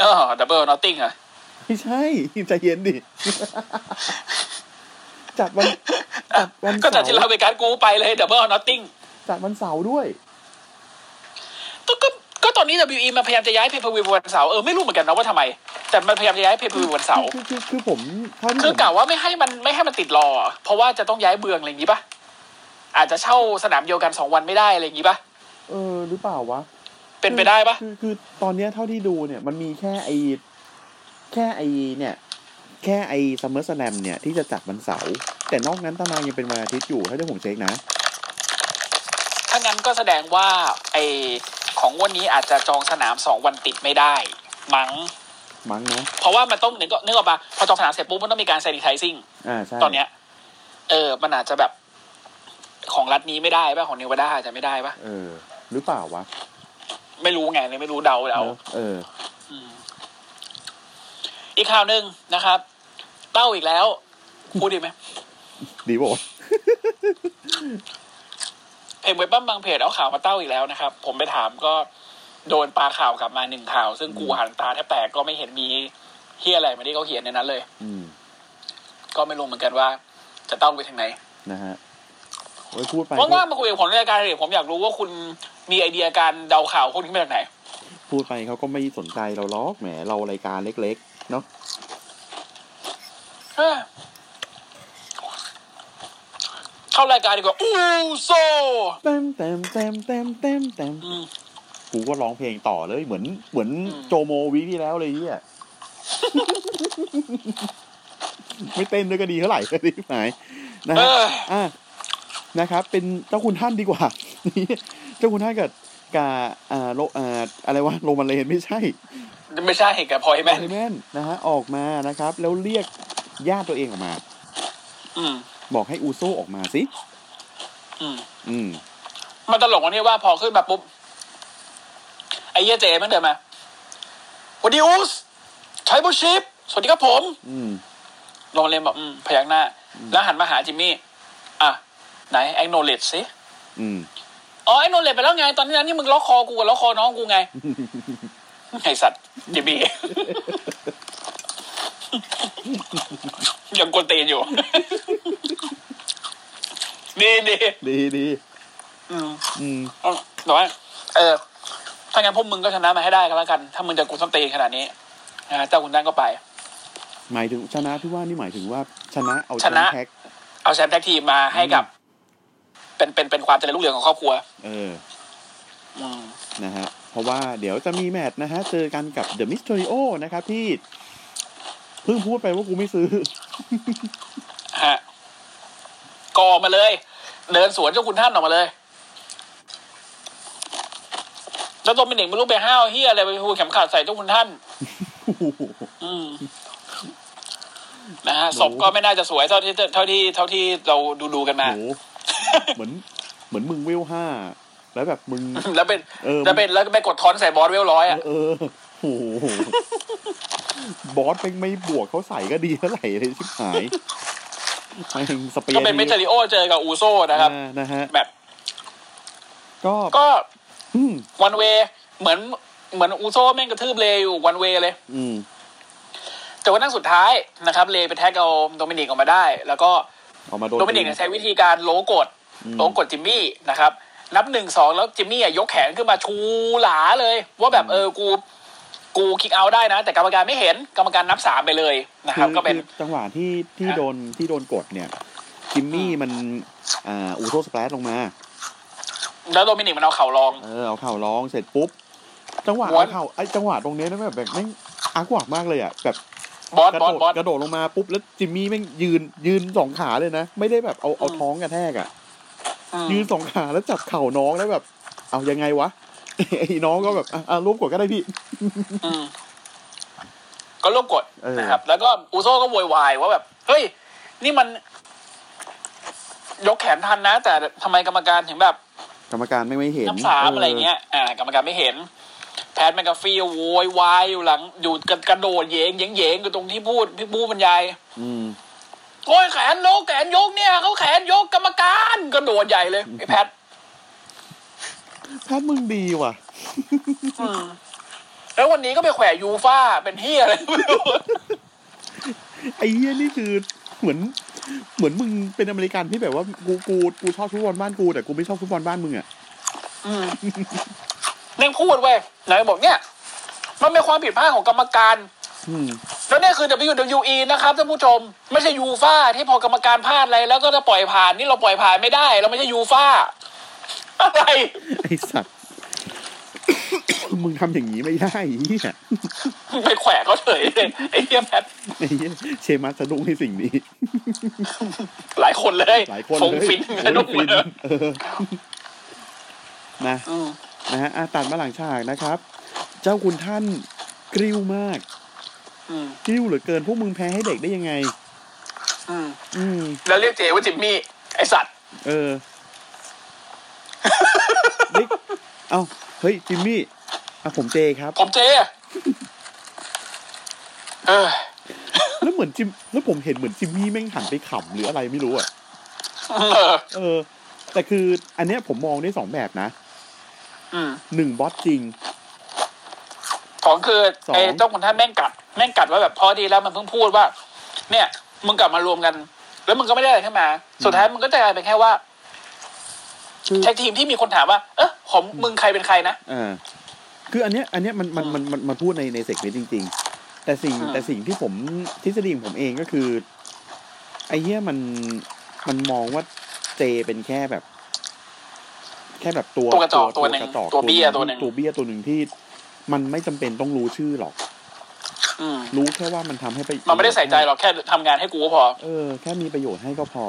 Speaker 3: เออดับเบิลนอตติงอ่ะ
Speaker 2: ไม่ใช่ ใจเย็ นดิ จัดวันจัดวัน
Speaker 3: ก็
Speaker 2: เสา
Speaker 3: จากที่ลา
Speaker 2: ร์
Speaker 3: เวกัสกูไปเลยดับเบิลนอตติง
Speaker 2: จัดวันเสาร์ด้วย
Speaker 3: ก็ก็ก็ตอนนี้ WWE มันพยายามจะย้ายเพย์เพอร์วิววันเสาร์เออไม่รู้เหมือนกันนะว่าทำไม แต่มันพยายามจะย้ายเพย์เพอร์วิววันเสาร์
Speaker 2: คือคือคือผมเท่าที่
Speaker 3: คือ
Speaker 2: ผม
Speaker 3: กะว่าไม่ให้มันไม่ให้มันติดรออะเพราะว่าจะต้องย้ายเบืองอะไรอย่างนี้ปะอาจจะเช่าสนามเดียวกันสองวันไม่ได้อะไรอย่างนี้ปะ
Speaker 2: เออหรือเปล่าวะ
Speaker 3: เป็นไปได้ปะ
Speaker 2: คือคือตอนเนี้ยเท่าที่ดูเนี่ยมันมีแค่ไอแค่ไอเนี่ย แค่ไอซัมเมอร์สแลมเนี่ย ที่จะจัดวันเสาร์แต่นอกนั้นตารางยังเป็นวันอาทิตย์อยู่ ถ้าที่ผมเช็คนะ
Speaker 3: ถ้างั้นก็แสดงว่าไอของงวันนี้อาจจะจองสนามสองวันติดไม่ได้ มั้ง
Speaker 2: มั้งนะ
Speaker 3: เพราะว่ามันต้องนึกออกนึกออกปะพอจองสนามเสร็จปุ๊บมันต้องมีการ sanitizing
Speaker 2: อ่าใช่
Speaker 3: ตอนเนี้ยเออมันอาจจะแบบของรัฐนี้ไม่ได้ปะของนิวาดาอาจจะไม่ได้ปะ
Speaker 2: เออ หรือเปล่าวะ
Speaker 3: ไม่รู้ไงเลยไม่รู้เดาเดา
Speaker 2: นอะเออ
Speaker 3: อีกข่าวหนึ่งนะครับเต้าอีกแล้วพูดดีไหม
Speaker 2: ดีบอก
Speaker 3: เพจเว็บบ้ามบางเพจเอาข่าวมาเต้าอีกแล้วนะครับ ผมไปถามก็โดนปาข่าวกลับมาหนึ่งข่าว ซึ่งกูหันตาแทบแตกก็ไม่เห็นมีเฮียอะไรมาที่เขาเขียนในนั้นเลย
Speaker 2: อืม
Speaker 3: ก็ไม่รู้เหมือนกันว่า จะเต้าไปทางไหน
Speaker 2: นะฮะโอ้ยพูดไป
Speaker 3: ว่างๆมาคุยกับผมในรายการเลยผมอยากรู้ว่าคุณมีไอเดียการเดาข่าวพวกนี้มาจากไหน
Speaker 2: พูดไปเขาก็ไม่สนใจเราล็อกแหมเรารายการเล็กๆ เนาะ
Speaker 3: เอ้อเข้ารายการดีกว่าอู้โซ
Speaker 2: เต็มเต็มเต็มเต็มเต็มเต็ม
Speaker 3: อืม
Speaker 2: กูก็ร้องเพลงต่อเลยเหมือนเหมือน
Speaker 3: อืม
Speaker 2: โจโมวีคที่แล้วเลย เนี่ย ไม่เต้นด้วยก็ดีเท่าไหร่ เลยที่หมายนะ
Speaker 3: เอ
Speaker 2: ฮะ
Speaker 3: อ
Speaker 2: อ่ะนะครับ เป็นเจ้าคุณท่านดีกว่า นี่เจ้าคุณท่านกับกาอ่าโลอ่าอะไรวะโรมันเลนไม่ใช่
Speaker 3: ไม่ใช่เหตุการณ์พอยแมน
Speaker 2: ไอแมนนะฮะออกมานะครับ แล้วเรียกญาติตัวเองออกมา
Speaker 3: อืม
Speaker 2: บอกให้อูโซออกมาสิ
Speaker 3: อืม
Speaker 2: อืม
Speaker 3: มันตลกตรงที่ว่าพอขึ้นมาปุ๊บ ไอ้เหี้ยเจมันเดินมาสวัสดีอุสใช้บุชิปสวัสดีครับผม
Speaker 2: อืม
Speaker 3: โรงเรียนบอกอืมพยักหน้า แล้วหันมาหาจิมมี่ อ่ะ ไหน a อ k n o w l e d g e สิ
Speaker 2: อืม
Speaker 3: อ๋อ a อ k n o w l e d g e ไปแล้วไง ตอนนี้นะนี่มึงล็อกคอกูกับล็อกคอน้องกูไง ไอสัตว์จิมมี่ ยังกวนตีนอยู่ ดีดี
Speaker 2: ดีดี
Speaker 3: อืม
Speaker 2: อืม
Speaker 3: เอาแต่ว่าเออ ถ้างั้นพวกมึงก็ชนะมาให้ได้ก็แล้วกัน ถ้ามึงจะกูส้มตีนขนาดนี้นะฮะเจ้าคุณดั้งก็ไป
Speaker 2: หมายถึงชนะที่ว่านี่หมายถึงว่าชนะเอา
Speaker 3: ชนะ
Speaker 2: แท็ก
Speaker 3: เอาแชมป์แท็กทีมมาให้กับ เป็นเป็นเป็นความเจริญรุ่งเรืองของครอบครัว
Speaker 2: เออ
Speaker 3: อืม
Speaker 2: นะฮะ เพราะว่าเดี๋ยวจะมีแมตช์นะฮะ เจอกันกับเดอะมิส e ทริโอนะครับที่ เพิ่งพูดไปว่ากูไม่ซื้อ
Speaker 3: ฮะก่อมาเลย เดินสวนเจ้าคุณท่านออกมาเลย แล้วตัวเป็นเด็กไม่รู้ไปห้าวเฮียอะไรไปหูเข็มขัดใส่เจ้าคุณท่าน อืมนะฮะศพก็ไม่น่าจะสวยเท่าที่เท่าที่เท่าที่เราดูดูๆกันมา
Speaker 2: โห เหมือนเหมือนมึงเวลห้า ไป แล้วแบบ มึง
Speaker 3: แล้วเป็น
Speaker 2: เออ
Speaker 3: แล้วเป็นแล้วไปกดทอนใส่บอสเวลร้อยอ่ะ
Speaker 2: เออโอ้โห บอสเป็นไม่บวกเขาใส่ก็ดีเท่าไหร่เลยชิบหายไอ้สเปีย
Speaker 3: ก็เป็นเมทัลลิโอเจอกับอูโซนะครับ
Speaker 2: อ่านะฮะ
Speaker 3: แบบ
Speaker 2: ก็
Speaker 3: ก็
Speaker 2: อืม
Speaker 3: วันเวเหมือนเหมือนอูโซแม่งกระทืบเลอยู่วันเวเลย
Speaker 2: อืม
Speaker 3: แต่ว่านั่งสุดท้ายนะครับ เลไปแท็กเอาโดมินิกออกมาได้ แล้วก็
Speaker 2: ออกมาโดน
Speaker 3: โดมินิกเนี่ยใช้วิธีการโลกดโลกดจิมมี่นะครับ นับหนึ่งสองแล้วจิมมี่อ่ะยกแขนขึ้นมาชูหลาเลย ว่าแบบเออกู กูคิกเอาท์ได้นะ แต่กรรมการไม่เห็นกรรมการนับสามไปเลยนะครับ
Speaker 2: อ
Speaker 3: ก็เป็น
Speaker 2: คือจังหวะที่ที่
Speaker 3: ฮะ
Speaker 2: โดนที่โดนกดเนี่ยจิมมี่มันอ่าอูโทสแปลชลงมา
Speaker 3: แล้วโดมินิกมันเอาเข่าลอง
Speaker 2: เออเอาเข่าร้องเสร็จปุ๊บ จังหวะ
Speaker 3: ม้วน
Speaker 2: เอาเข่าไอ้จังหวะตรงเนี้ยนะแบบแบบแม่งอากวักมากเลยอ่ะแบบ
Speaker 3: บอส
Speaker 2: กระ
Speaker 3: บ
Speaker 2: โด
Speaker 3: อ
Speaker 2: ด
Speaker 3: สบอส
Speaker 2: กระโดดลงมาปุ๊บแล้วจิมมี่แม่งยืนยืนสองขาเลยนะ ไม่ได้แบบเอาเอา
Speaker 3: อืม
Speaker 2: ท้องกระแทกอ่ะ
Speaker 3: อืม
Speaker 2: ยืนสองขาแล้วจับเข่าน้องแล้วแบบ เอายังไงวะ ไอ้น้องก็แบบอ่ะอ่ะร่วมกดก็ได้พี่
Speaker 3: อืมก็ลบกด
Speaker 2: เออ
Speaker 3: นะครับ แล้วก็อูโซก็โวยวายว่าแบบ เฮ้ย นี่มัน ยกแขนทันนะ แต่ทำไมกรรมการถึงแบบ
Speaker 2: กรรมการไม่ไม่เห็น
Speaker 3: นับสามอะไรเงี้ย อ่ากรรมการไม่เห็น แพทแมกกาฟีโวยวายอยู่หลัง อยู่กระกระโดดเหยงเหยงเหยงอยู่ตรงที่พูดพี่บู้บรรยาย
Speaker 2: อืม
Speaker 3: โอ้ยแขนโลกแขนยกเนี่ยเขาแขนยกกรรมการกระโดดใหญ่เลยไอ้แพท
Speaker 2: แพทย์มึงดีว่ะ
Speaker 3: อืมแล้ววันนี้ก็ไปแขวะยูฟ่าเป็นเฮียอะไรก็ไม่รู้
Speaker 2: ไอ้เหี้ยนี่คือเหมือน เหมือนมึงเป็นอเมริกันที่แบบว่ากูกูกูชอบฟุตบอลบ้านกูแต่กูไม่ชอบฟุตบอลบ้านมึงอ่ะ
Speaker 3: อืมแม่งพูดเว้ยนายบอกเนี่ย มันเป็นความผิดพลาดของกรรมการ
Speaker 2: อืม
Speaker 3: แล้วเนี่ยคือ WWE นะครับท่านผู้ชม ไม่ใช่ยูฟ่าที่พอกรรมการพลาดอะไรแล้วก็จะปล่อยผ่านนี่เราปล่อยผ่านไม่ได้ เราไม่ใช่ยูฟ่าอะไร
Speaker 2: ไอ้สัตว์ มึงทำอย่างนี้ไม่ได้ไอ้เหี้ย
Speaker 3: ไปแขวะเขาเฉยเลยไอ้เหี้ยแพท
Speaker 2: ไอ้เหี้ยเชมัสสะดุ้งในสิ่งนี้
Speaker 3: หลายคนเลย
Speaker 2: หลายคน
Speaker 3: ฟง
Speaker 2: เลย
Speaker 3: ฟิน
Speaker 2: โอ้ย
Speaker 3: กันทุกค
Speaker 2: ฟิ
Speaker 3: น
Speaker 2: นเออนะ
Speaker 3: อืม
Speaker 2: นะฮะอ่ะตัดมาหลังฉากนะครับ เจ้าคุณท่านกริ้วมาก
Speaker 3: อืม
Speaker 2: กริ้วเหลือเกินพวกมึงแพ้ให้เด็กได้ยังไง
Speaker 3: อืม
Speaker 2: อืม
Speaker 3: แล้วเรียกเจว่าจิมมี่ไอสัตว์
Speaker 2: เออ นิกเอ้า เฮ้ย จิมมี่ อ่ะ ผมเจครับ
Speaker 3: ผมเจเออ
Speaker 2: แล้วเหมือนจิม แล้วผมเห็นเหมือนจิมมี่แม่งหันไปขำหรืออะไรไม่รู้อ่ะ
Speaker 3: เออ
Speaker 2: เออ แต่คืออันเนี้ยผมมองได้สองแบบนะ
Speaker 3: อืม
Speaker 2: หนึ่งบอสจริง
Speaker 3: สองคือ
Speaker 2: สอง
Speaker 3: ไอ้เจ้าคุณท่านแม่งกัด แม่งกัดว่าแบบพอดีแล้วมันเพิ่งพูดว่า เนี่ย มึงกลับมารวมกัน แล้วมึงก็ไม่ได้อะไรขึ้นมา สุดท้ายมึงก็จะกลายเป็นแค่ว่า
Speaker 2: คือ
Speaker 3: แท็กทีมที่มีคนถามว่า เออผมมึงใครเป็นใครนะ
Speaker 2: อ่าคืออันเนี้ย อันเนี้ยมันมันมันมันมันพูดในในเซกเมนต์จริง ๆ แต่สิ่ง
Speaker 3: อ่า
Speaker 2: แต่สิ่งที่ผมทฤษฎีของผมเองก็คือ ไอ้เหี้ยมันมันมองว่าเจเป็นแค่แบบ แค่แบบตัว
Speaker 3: ตัวกระจอกตัวหนึ่ง
Speaker 2: กระจอก
Speaker 3: ตัวเบี้ย
Speaker 2: ตัวหนึ่ง
Speaker 3: ตัวหนึ่ง
Speaker 2: ตัวเบี้ยตัวหนึ่งที่ มันไม่จำเป็นต้องรู้ชื่อหรอก
Speaker 3: อืม
Speaker 2: รู้แค่ว่ามันทำให้ไป
Speaker 3: มันไม่ได้ใส่ใจหรอกแค่ทำงานให้กูก็พอ
Speaker 2: เออ แค่มีประโยชน์ให้ก็พอ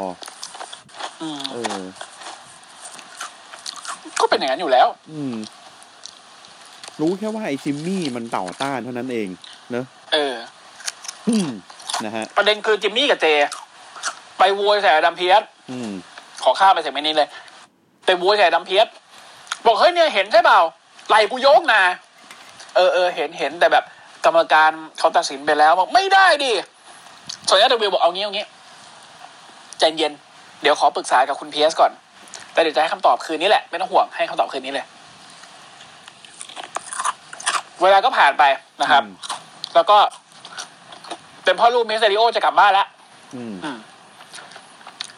Speaker 3: อืม
Speaker 2: เออ
Speaker 3: ก็เป็นอย่างนั้นอยู่แล้ว
Speaker 2: อืม รู้แค่ว่าไอ้จิมมี่มันต่อต้านเท่านั้นเองเนอะ
Speaker 3: เออ
Speaker 2: อืมนะฮะ
Speaker 3: ประเด็นคือจิมมี่กับเจ ไปโวยใส่อดัมเพียส
Speaker 2: อืม
Speaker 3: ขอข้ามไปเสกเมนนี้เลย ไปโวยใส่อดัมเพียสบอกเฮ้ยเนี่ยเห็นใช่เปล่าไหลกูโยกนะเออเออเห็นเห็นแต่แบบกรรมการเขาตัดสินไปแล้วบอกไม่ได้ดิส่วนใหญ่เดวิลบอกเอางี้เอางี้ใจเย็นเดี๋ยวขอปรึกษากับคุณเพียสก่อนแต่เดี๋ยวจะให้คำตอบคืนนี้แหละไม่ต้องห่วงให้คำตอบคืนนี้เลย เวลาก็ผ่านไปนะครับ
Speaker 2: อืม
Speaker 3: แล้วก็ เป็นพ่อลูกมิสเตริโอจะกลับบ้านแล้ว
Speaker 2: อืม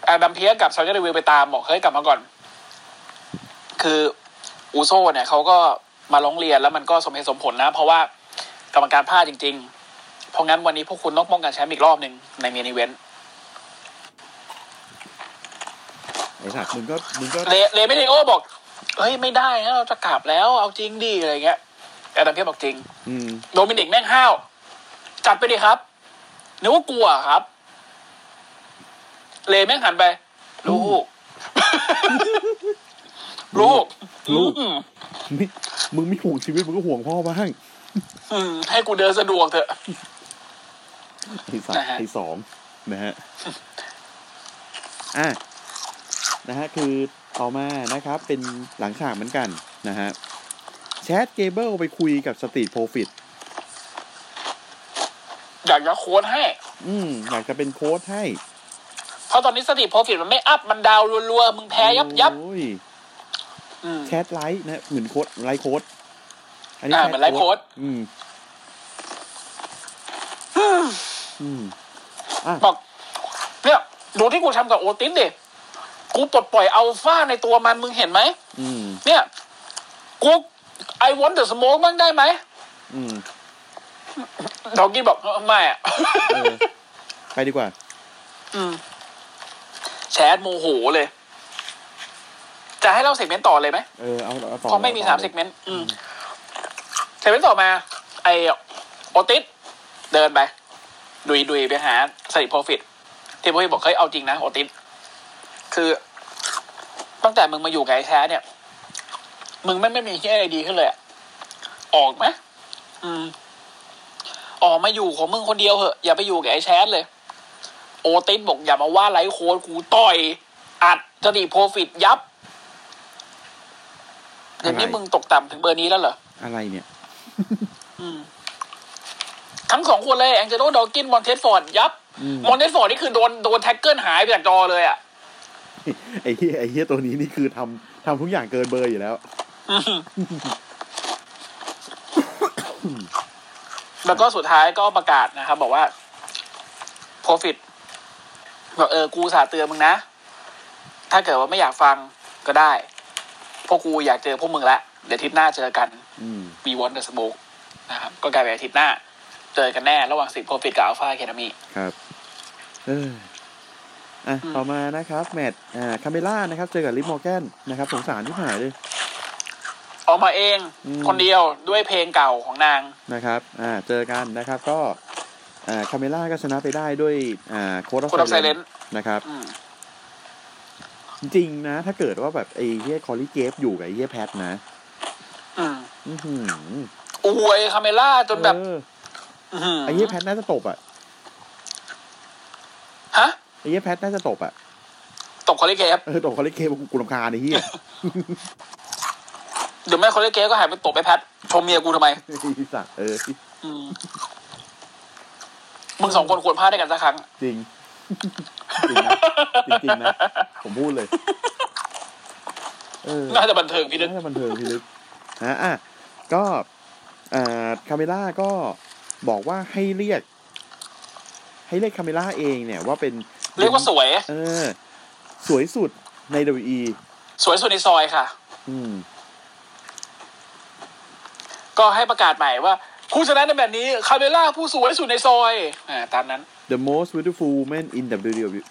Speaker 3: แอดัมเพียสกับซอนเจอร์เดวิลไปตามบอกเฮ้ยกลับมาก่อน คืออูโซเนี่ยเขาก็มาร้องเรียนแล้วมันก็สมเหตุสมผลนะ เพราะว่ากรรมการพลาดจริง ๆ เพราะงั้นวันนี้พวกคุณต้องป้องกันแชมป์อีกรอบหนึ่งในเมนิเวน
Speaker 2: ไอ้สัตว์มึงก็มึงก็
Speaker 3: เลเลไม่ได้โอบอกเฮ้ยไม่ได้นะเราจะกลับแล้วเอาจริงดีอะไรเงี้ยแอดัมเพียสบอกจริง
Speaker 2: อืม
Speaker 3: โดมินิกแม่งห้าว จัดไปดิครับนึกว่ากลัวครับ เลแม่งหันไป ลูก ลูก
Speaker 2: ลูก
Speaker 3: อืม
Speaker 2: ไม่มึงไม่ห่วงชีวิตมึงก็ห่วงพ่อบ้าง
Speaker 3: อืมให้กูเดินสะดวกเถอะ
Speaker 2: ไอ้สัต
Speaker 3: นะ
Speaker 2: ว์
Speaker 3: ฮะ
Speaker 2: ไอ้สองนะฮะ อ่ะนะฮะ คือ เอามานะครับ เป็นหลังฉากเหมือนกันนะฮะแชทเกเบิลไปคุยกับสตรีทโปรฟิต
Speaker 3: อยากจะโค้ดให้
Speaker 2: อืมอยากจะเป็นโค้ดให้
Speaker 3: เพราะตอนนี้สติโปรฟิตมันไม่อัพมันดาวรัวๆมึงแพ้ยับยับ
Speaker 2: โอ้ย
Speaker 3: ๆอืม
Speaker 2: แชทไลท์นะเหมือนโค้ดไลท์โค้ด
Speaker 3: อ่าเหมือนไลฟ์โค้ด
Speaker 2: อืม อืม
Speaker 3: บอกเนี่ยดูที่กูทำกับโอติสดิกูปลดปล่อยอัลฟาในตัวมันมึงเห็นไหม
Speaker 2: อืม
Speaker 3: เนี่ยกูไอวอนเดอะสโมกบ้างได้ไหม
Speaker 2: อืม
Speaker 3: ดอกกี้บอกเออไม่อะ
Speaker 2: เออ ไปดีกว่า
Speaker 3: มแชทโมโหเลย จะให้เล่าเซกเมนต์ต่อเลยไหม
Speaker 2: เออ เอาเอาต่อ
Speaker 3: เพราะไม่มี
Speaker 2: อ
Speaker 3: สาม
Speaker 2: ลย
Speaker 3: เซกเมนต์อืมเซกเมนต์ต่อมา ไอโอติสเดินไป ดุยดุยไปหาสติโปรฟิตที่โปรฟิตบอกเฮ้ยเอาจริงนะโอติสคือ ตั้งแต่มึงมาอยู่กับไอ้แท้เนี่ย มึงไม่ไม่มีที่อะไรดีขึ้นเลยอะออกไหมอืม ออกมาอยู่ของมึงคนเดียวเหอะ อย่าไปอยู่กับไอ้แชทเลย โอติสบอกอย่ามาว่าไลฟ์โค้ดกูต่อย อัดจติโปรฟิตยับเดี๋ยวนี้มึงตกต่ำถึงเบอร์นี้แล้วเหรอ
Speaker 2: อะไรเนี่ย
Speaker 3: ทั้งสองคนเลยแองเจโลดอกินมอนเทสฟอร์ดยับ
Speaker 2: อืม
Speaker 3: มอนเทสฟอร์ดนี่คือโดนโดนแท็กเกิลหายไปจากจอเลยอ่ะ
Speaker 2: ไอ้เฮียไอ้เฮียตัวนี้นี่คือทำทำทุกอย่างเกินเบอร์อยู่แล้ว
Speaker 3: แล้วก็สุดท้ายก็ประกาศนะครับ บอกว่า profit บอกเออ กูสาเตือนมึงนะ ถ้าเกิดว่าไม่อยากฟังก็ได้ พวกกูอยากเจอพวกมึงละ เดี๋ยวอาทิตย์หน้าเจอกัน
Speaker 2: อืม
Speaker 3: We want the smoke นะครับ ก็กลายเป็นอาทิตย์หน้า เจอกันแน่ ระหว่างสิบ profit กับ alpha academy
Speaker 2: ครับเอออ่ะ
Speaker 3: อืม
Speaker 2: ต่อมานะครับ แมตช์อ่าคาเมล่านะครับ เจอกับลิฟมอร์แกนนะครับ สงสารที่หายเลย
Speaker 3: ออกมาเอง
Speaker 2: อืม
Speaker 3: คนเดียวด้วยเพลงเก่าของนาง
Speaker 2: นะครับ อ่า เจอกันนะครับ ก็ อ่า คาเมล่าก็ชนะไปได้ด้วย อ่า โค้ดอ
Speaker 3: Code
Speaker 2: อ
Speaker 3: of
Speaker 2: ฟ
Speaker 3: Silence
Speaker 2: นะครับ
Speaker 3: อืม
Speaker 2: จริงๆนะ ถ้าเกิดว่าแบบไอ้เฮียคอลลี่เกฟอยู่กับไอ้เฮียแพทนะ
Speaker 3: อืม
Speaker 2: อือหือ
Speaker 3: อวยคาเมล่าจนแบบ
Speaker 2: เออ
Speaker 3: อื้อหือ
Speaker 2: ไอ้เฮียแพทน่าจะตบอ่ะ
Speaker 3: ฮะ
Speaker 2: ไอ้เฮียแพทน่าจะตบอ่ะ
Speaker 3: ตบคอลเลกเกฟ
Speaker 2: เออ ตบคอลลี่เกฟกูกูรำคาญไอ้เฮีย
Speaker 3: หรือไม่คอลเลกเกฟก็หายไปตบไปแพทชมเมียกูทำไม
Speaker 2: ไอ้สัตว์เออ
Speaker 3: อืมมึงสองคนควรพลาดด้วยกันสักครั้ง
Speaker 2: จริง จริงนะจริงๆนะ ผมพูดเลย เออ
Speaker 3: น่าจะบันเทิงพี่นึก
Speaker 2: น่าจะบันเทิงพี่ลึกนะอ่ะก็อ่าคาเมล่าก็บอกว่าให้เรียก ให้เรียกคาเมล่าเองเนี่ยว่าเป็น
Speaker 3: เรียกว่าสวย
Speaker 2: เออ สวยสุดใน WE
Speaker 3: สวยสุดในซอยค่ะ
Speaker 2: อืม
Speaker 3: ก็ให้ประกาศใหม่ว่า ผู้ชนะในแบบนี้คาเมล่าผู้สวยสุดในซอยอ่าตามนั้น
Speaker 2: The most beautiful woman in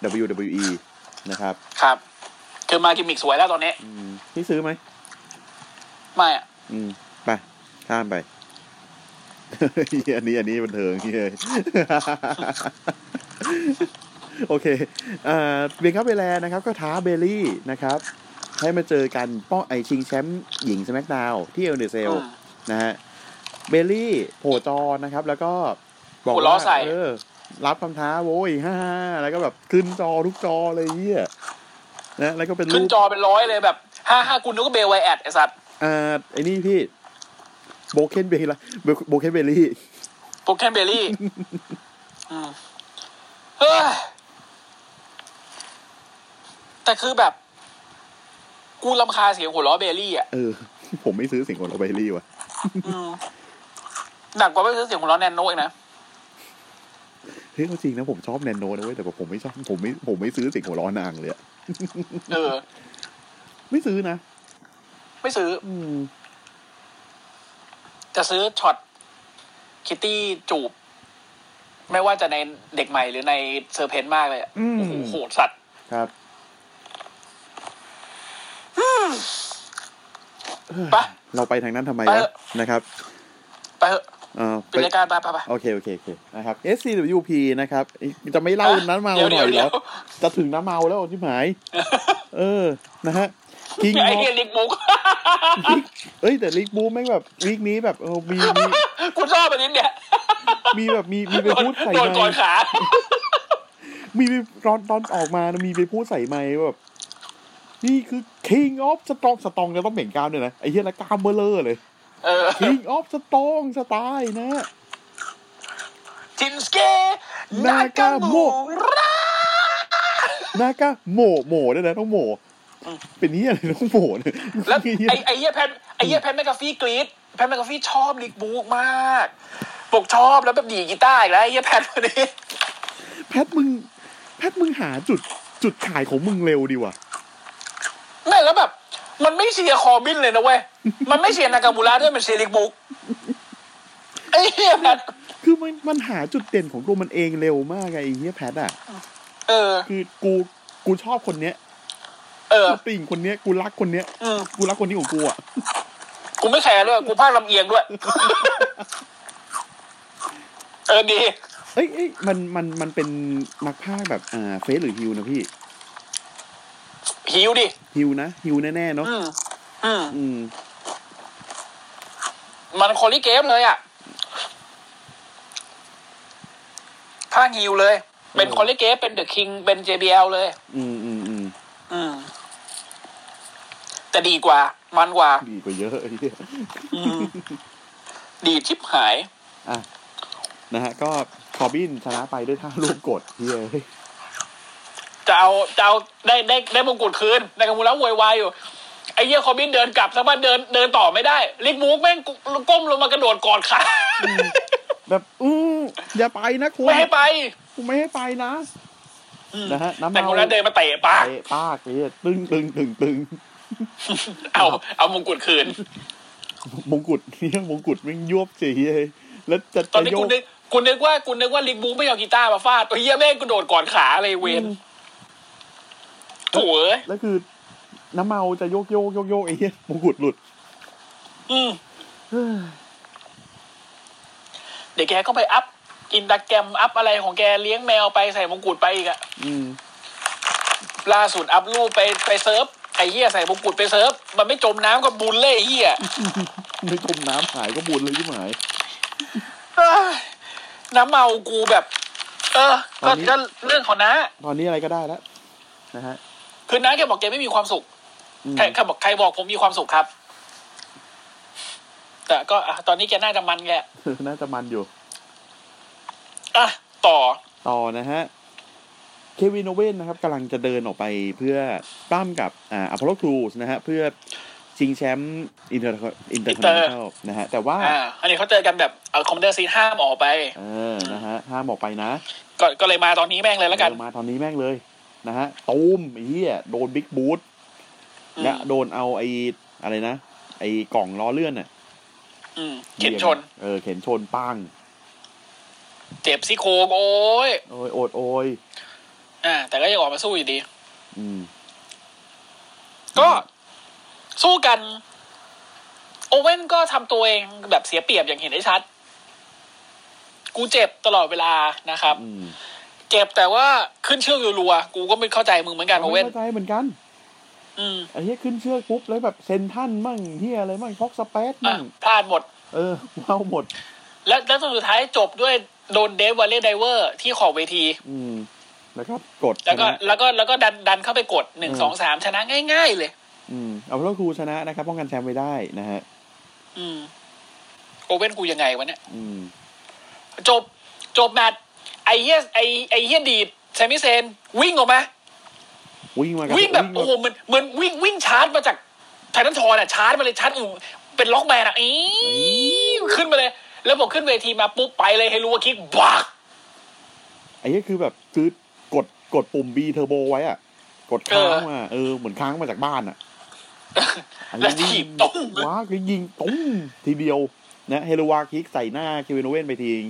Speaker 2: WWE นะครับ
Speaker 3: ครับคือมากิมมิกสวยแล้วตอนนี้
Speaker 2: อืมพี่ซื้อไหม
Speaker 3: ไม่อะ
Speaker 2: อืม ไป ข้ามไป อันนี้อันนี้บันเทิงเฮ้ย โอเคเอ่อเบียงครับเบลแลนะครับ ก็ท้าเบลลี่นะครับ ให้มาเจอกันป้องไอชิงแชมป์หญิงสแมกดาวที่เอลเดเซล
Speaker 3: อืม
Speaker 2: นะฮะ เบลลี่โผล่จอนะครับ แล้วก็บอก
Speaker 3: หัว
Speaker 2: ว่า
Speaker 3: เราะใส่
Speaker 2: เออ รับคำท้าโว้ยฮ่าๆแล้วก็แบบขึ้นจอทุกจอเลยเฮียนะแล้วก็เป็นรู
Speaker 3: ขึ้น
Speaker 2: ป
Speaker 3: จอเป็นร้อยเลยแบบห้าห้ากูนึกว่าเบลไวแอดไอสัตว์
Speaker 2: อ่าไอ้นี่พี่โบเคนเบลล่าโบเคนเบลลี่
Speaker 3: โปรแกรมเบลลี่อืมเฮ้ยแต่คือแบบ กูลำคาญเสียงหัวล้อเบลลี่อ่ะ
Speaker 2: เออ ผมไม่ซื้อเสิ่งของเราเบลลี่ว่ะ
Speaker 3: อืมหนักกว่าไม่ซื้อเสียงหัวเราะแนนโนอีกนะ
Speaker 2: เฮ้ยเอาจริงนะผมชอบแนนโนนะเว้ยแต่ว่าผมไม่ชอบผมไม่ผมไม่ซื้อเสิ่งของเรานางเลยอะ
Speaker 3: เออ
Speaker 2: ไม่ซื้อนะ
Speaker 3: ไม่ซื้อ
Speaker 2: อืม
Speaker 3: จะซื้อช็อตคิตตี้จูบ ไม่ว่าจะในเด็กใหม่หรือในเซอร์เพนต์มากเลยอะ
Speaker 2: อืม
Speaker 3: โอ้โหโหดสัตว์
Speaker 2: ครับ
Speaker 3: ไป
Speaker 2: เราไปทางนั้นทำไม
Speaker 3: ไปเถ
Speaker 2: วะ
Speaker 3: อะ
Speaker 2: นะครับ
Speaker 3: ไปเถอะ
Speaker 2: เออ
Speaker 3: ปิดรายการไปไปไป
Speaker 2: โอเคโอเคโอเคนะครับ SCWP นะครับจะไม่เล่าน้ำเมาหน่อยเหรอจะถึงน้ำเมาแล้วที่หมาย เออนะฮะ King
Speaker 3: เดี๋ยว
Speaker 2: of
Speaker 3: ไอ้เฮียลิกมุก
Speaker 2: เอ้ยแต่ลีกบูแม่งแบบวีคนี้แบบเออมีมี
Speaker 3: กูชอบอันนี้เนี่ย
Speaker 2: มีแบบมีมีไป
Speaker 3: โดน
Speaker 2: พูดใส่
Speaker 3: โด
Speaker 2: ไม
Speaker 3: นก่อน
Speaker 2: ค์
Speaker 3: ขา
Speaker 2: มีไปตอนตอนออกมานะมีไปพูดใส่ไมค์ว่าแบบ นี่คือ King of Strong สตองจะต้องเบ่งกล้ามด้วยนะ ไอ้เหี้ยละกล้ามเบลเลอร์เลย
Speaker 3: เออ
Speaker 2: King of Strong สไตล์นะ
Speaker 3: จินสเก้นากาโมระ
Speaker 2: นากาโหม่โหม่ด้วยนะต้องโหม่เป็นเหี้ยอะไรต้องโหม่เนี่ย
Speaker 3: แล้ว
Speaker 2: เหี้ย
Speaker 3: ไอ้ไอ้เหี้ยแพทไอ้เหี้ยแพทแมกกาฟี่กรีดแพทแมกกาฟี่ชอบลิกบูกมากปกชอบแล้วแบบดีดกีตาร์อีกแล้วไอ้เหี้ยแพทคน นี้
Speaker 2: แพทมึง แพทมึงหาจุดจุดขายของมึงเร็วดีว่ะ
Speaker 3: ไม่แล้วแบบ มันไม่เชียร์คอร์บินเลยนะเว้ย มันไม่เชียร์นากามูระด้วยมันเชียร์ลิกบูกไอ้เหี้ยแพท
Speaker 2: คือมันมันหาจุดเด่นของตัวมันเองเร็วมากไงไอ้เหี้ยแพทอ่ะ
Speaker 3: เออ
Speaker 2: คือกูกูชอบคนเนี้ย
Speaker 3: เออ
Speaker 2: กูติ่งคนเนี้ยกูรักคนเนี้ย
Speaker 3: อืม
Speaker 2: กูรักคนนี้ของกูอ่ะ
Speaker 3: กูไม่แคร์ด้วย กูพากลำเอียงด้วย เออดี
Speaker 2: เอ้ยเอ้ยมันมันมันเป็นนักพากย์แบบอ่าเฟสหรือฮิวนะพี่
Speaker 3: หิวดิ
Speaker 2: ฮิวนะฮิวแน่ๆเนาะ
Speaker 3: อืม อืม
Speaker 2: อืม
Speaker 3: มันคนลิเกมเลยอ่ะภาคฮิวเลย เป็น
Speaker 2: เออ
Speaker 3: คนลิเกมเป็นเดอะคิง เป็น JBL เลย
Speaker 2: อืมอืมอืม
Speaker 3: อืม แต่ดีกว่า มันกว่า
Speaker 2: ดีกว่าเยอะไอ้ เหี้ย
Speaker 3: อืม ดีชิบหาย
Speaker 2: อ่ะนะฮะ ก็คอร์บินชนะไปด้วยท่าลูกกดเฮ้ย
Speaker 3: จะเอาจะเอาได้ได้ได้มงกุฎคืนในกำมูลแล้วโวยวายอยู่ ไอ้เหี้ยคอมบินเดินกลับสักพักเดินเดินต่อไม่ได้ ลิกมูกแม่งก้มลงมากระโดดกอดขา
Speaker 2: แบบอืออย่าไปนะคุณ
Speaker 3: ไม่ให้ไป
Speaker 2: กูไม่ให้ไปนะ นะฮะน้ำ
Speaker 3: แต่
Speaker 2: เมา
Speaker 3: คนนั้นเดินมาเตะปาก
Speaker 2: เตะปากไอ้เหี้ยตึงตึงตึงตึง
Speaker 3: เอาเอามงกุฎคืน
Speaker 2: มงกุฎ เนี่ยมงกุฎแม่งยวบเสียเฮ้ยแล้วจะ
Speaker 3: ตอ
Speaker 2: จะ
Speaker 3: นนี้
Speaker 2: โย
Speaker 3: กู
Speaker 2: ก
Speaker 3: นึกกูนึกว่ากูนึกว่าลิกบูไม่เอากีตาร์มาฟาดไอ้เหี้ยแม่งกระโดดกอดขาเลยเวนโถูเอ้ย
Speaker 2: แล้วคือ น้ำเมาจะโยกโยกโยกโยกไอ้เหี้ยมงกุฎหลุด
Speaker 3: อืมเดี๋ยวแกก็ไปอัพอินตาแกรมอัพอะไรของแกเลี้ยงแมวไปใส่มงกุฎไปอีกอะ
Speaker 2: อืม
Speaker 3: ล่าสุดอัพรูปไปไปเซิร์ฟไอ้เหี้ยใส่มงกุฎไปเซิร์ฟมันไม่จมน้ำก็บุญเลยไอ้เหี้ย
Speaker 2: ไม่จมน้ำหายก็บุญเลยที่หมาย
Speaker 3: เอ้ยน้ำเมากูแบบ เออ
Speaker 2: ต
Speaker 3: ก็
Speaker 2: อนนี้
Speaker 3: ก็เรื่องของน้า
Speaker 2: ตอนนี้อะไรก็ได้แล้วนะฮะ
Speaker 3: คือน้าแกบอกแกไม่มีความสุข
Speaker 2: อืม
Speaker 3: ใครใครบอกใครบอกผมมีความสุขครับ แต่ก็อ่ะตอนนี้แกน่าจะมันแก
Speaker 2: น่าจะมันอยู่
Speaker 3: อ่ะต่อ
Speaker 2: ต่อนะฮะ เควินโอเว่นนะครับกำลังจะเดินออกไปเพื่อปล้ำกับอ่าอพอลโลครูสนะฮะ เพื่อชิงแชมป์อินเตอร์อินเตอร์คอนเนน
Speaker 3: Inter
Speaker 2: ทัลนะฮะ แต่ว่า
Speaker 3: อ่า อันนี้เขาเจอกันแบบเอาคอมเดอร์ซีนห้ามออกไป
Speaker 2: เออ นะฮะ ห้ามออกไปนะ
Speaker 3: ก็ก็เลยมาตอนนี้แม่งเลยแล้วกัน
Speaker 2: เดินมาตอนนี้แม่งเลย นะฮะ ตูมไอ้เหี้ยโดนบิ๊กบูท
Speaker 3: อืม
Speaker 2: และโดนเอาไอ้อะไรนะ ไอ้กล่องล้อเลื่อนน่ะ
Speaker 3: อืมเข็นชน
Speaker 2: เออเข็นชนปัง
Speaker 3: เจ็บซี่โครงโอ้ย
Speaker 2: โอ้ยโอดโอย
Speaker 3: อ่า แต่ก็ยังออกมาสู้อยู่ดี
Speaker 2: อืม
Speaker 3: ก็สู้กัน โอเว่นก็ทำตัวเองแบบเสียเปรียบอย่างเห็นได้ชัด กูเจ็บตลอดเวลานะครับ
Speaker 2: อืม
Speaker 3: เจ็บแต่ว่าขึ้นเชือกรัวๆกูก็ไม่เข้าใจมึงเหมือนกันโอเว่น
Speaker 2: ข้าใจเหมือนกัน
Speaker 3: อืม
Speaker 2: ไอ้เหี้ยขึ้นเชือกปุ๊บแล้วแบบเซนท่านมั่งเฮียอะไรมั่งฟ็อกสเปซ
Speaker 3: อ่ะ
Speaker 2: มั่ง
Speaker 3: พลาดหมด
Speaker 2: เออเมาหมด
Speaker 3: แล้วแล้วสุดท้ายจบด้วยโดนเดฟวอลเล่ไดเวอร์ที่ขอบเวที
Speaker 2: อืม แล้วก็กด
Speaker 3: แล้วก็
Speaker 2: ชนะ
Speaker 3: แล้วก็แล้วก็ดันดันเข้าไปกดหนึ่ง
Speaker 2: อืม
Speaker 3: สองสามชนะง่าย ๆ เลย
Speaker 2: อืมเอาพระครูชนะนะครับป้องกันแชมป์ไว้ได้นะฮะ
Speaker 3: อืมโอเว่นกูยังไงวะเนี่ย
Speaker 2: อืม
Speaker 3: จบจบแมตช์ไอเฮียไอไอเฮียดีดแซมิเซนวิ่งออกมา
Speaker 2: วิ่งมากั
Speaker 3: วิ่งแบบ
Speaker 2: มา
Speaker 3: โอ้โหเหมือนเหมือนวิ่งวิ่งชาร์จมาจากไททันทอนอ่ะชาร์จมาเลยชาร์จอยู่เป็นล็อกแมนอ่ะอี๋ขึ้นมาเลย แล้วบอกขึ้นเวทีมาปุ๊บไปเลยให้รู้ว่าคิกบัก
Speaker 2: ไอ้เหี้ยคือแบบคือกดกดปุ่ม B เทอร์โบไว้อ่ะ กดค้างมาเออเหมือนค้างมาจากบ้านอ่ะอัน
Speaker 3: แล้
Speaker 2: นี้
Speaker 3: วถีบตุ้ม
Speaker 2: ว้าคือยิงตุ้มทีเดียว นะเฮโลวาคิกใส่หน้าเควินโอเว่นไปทีนึง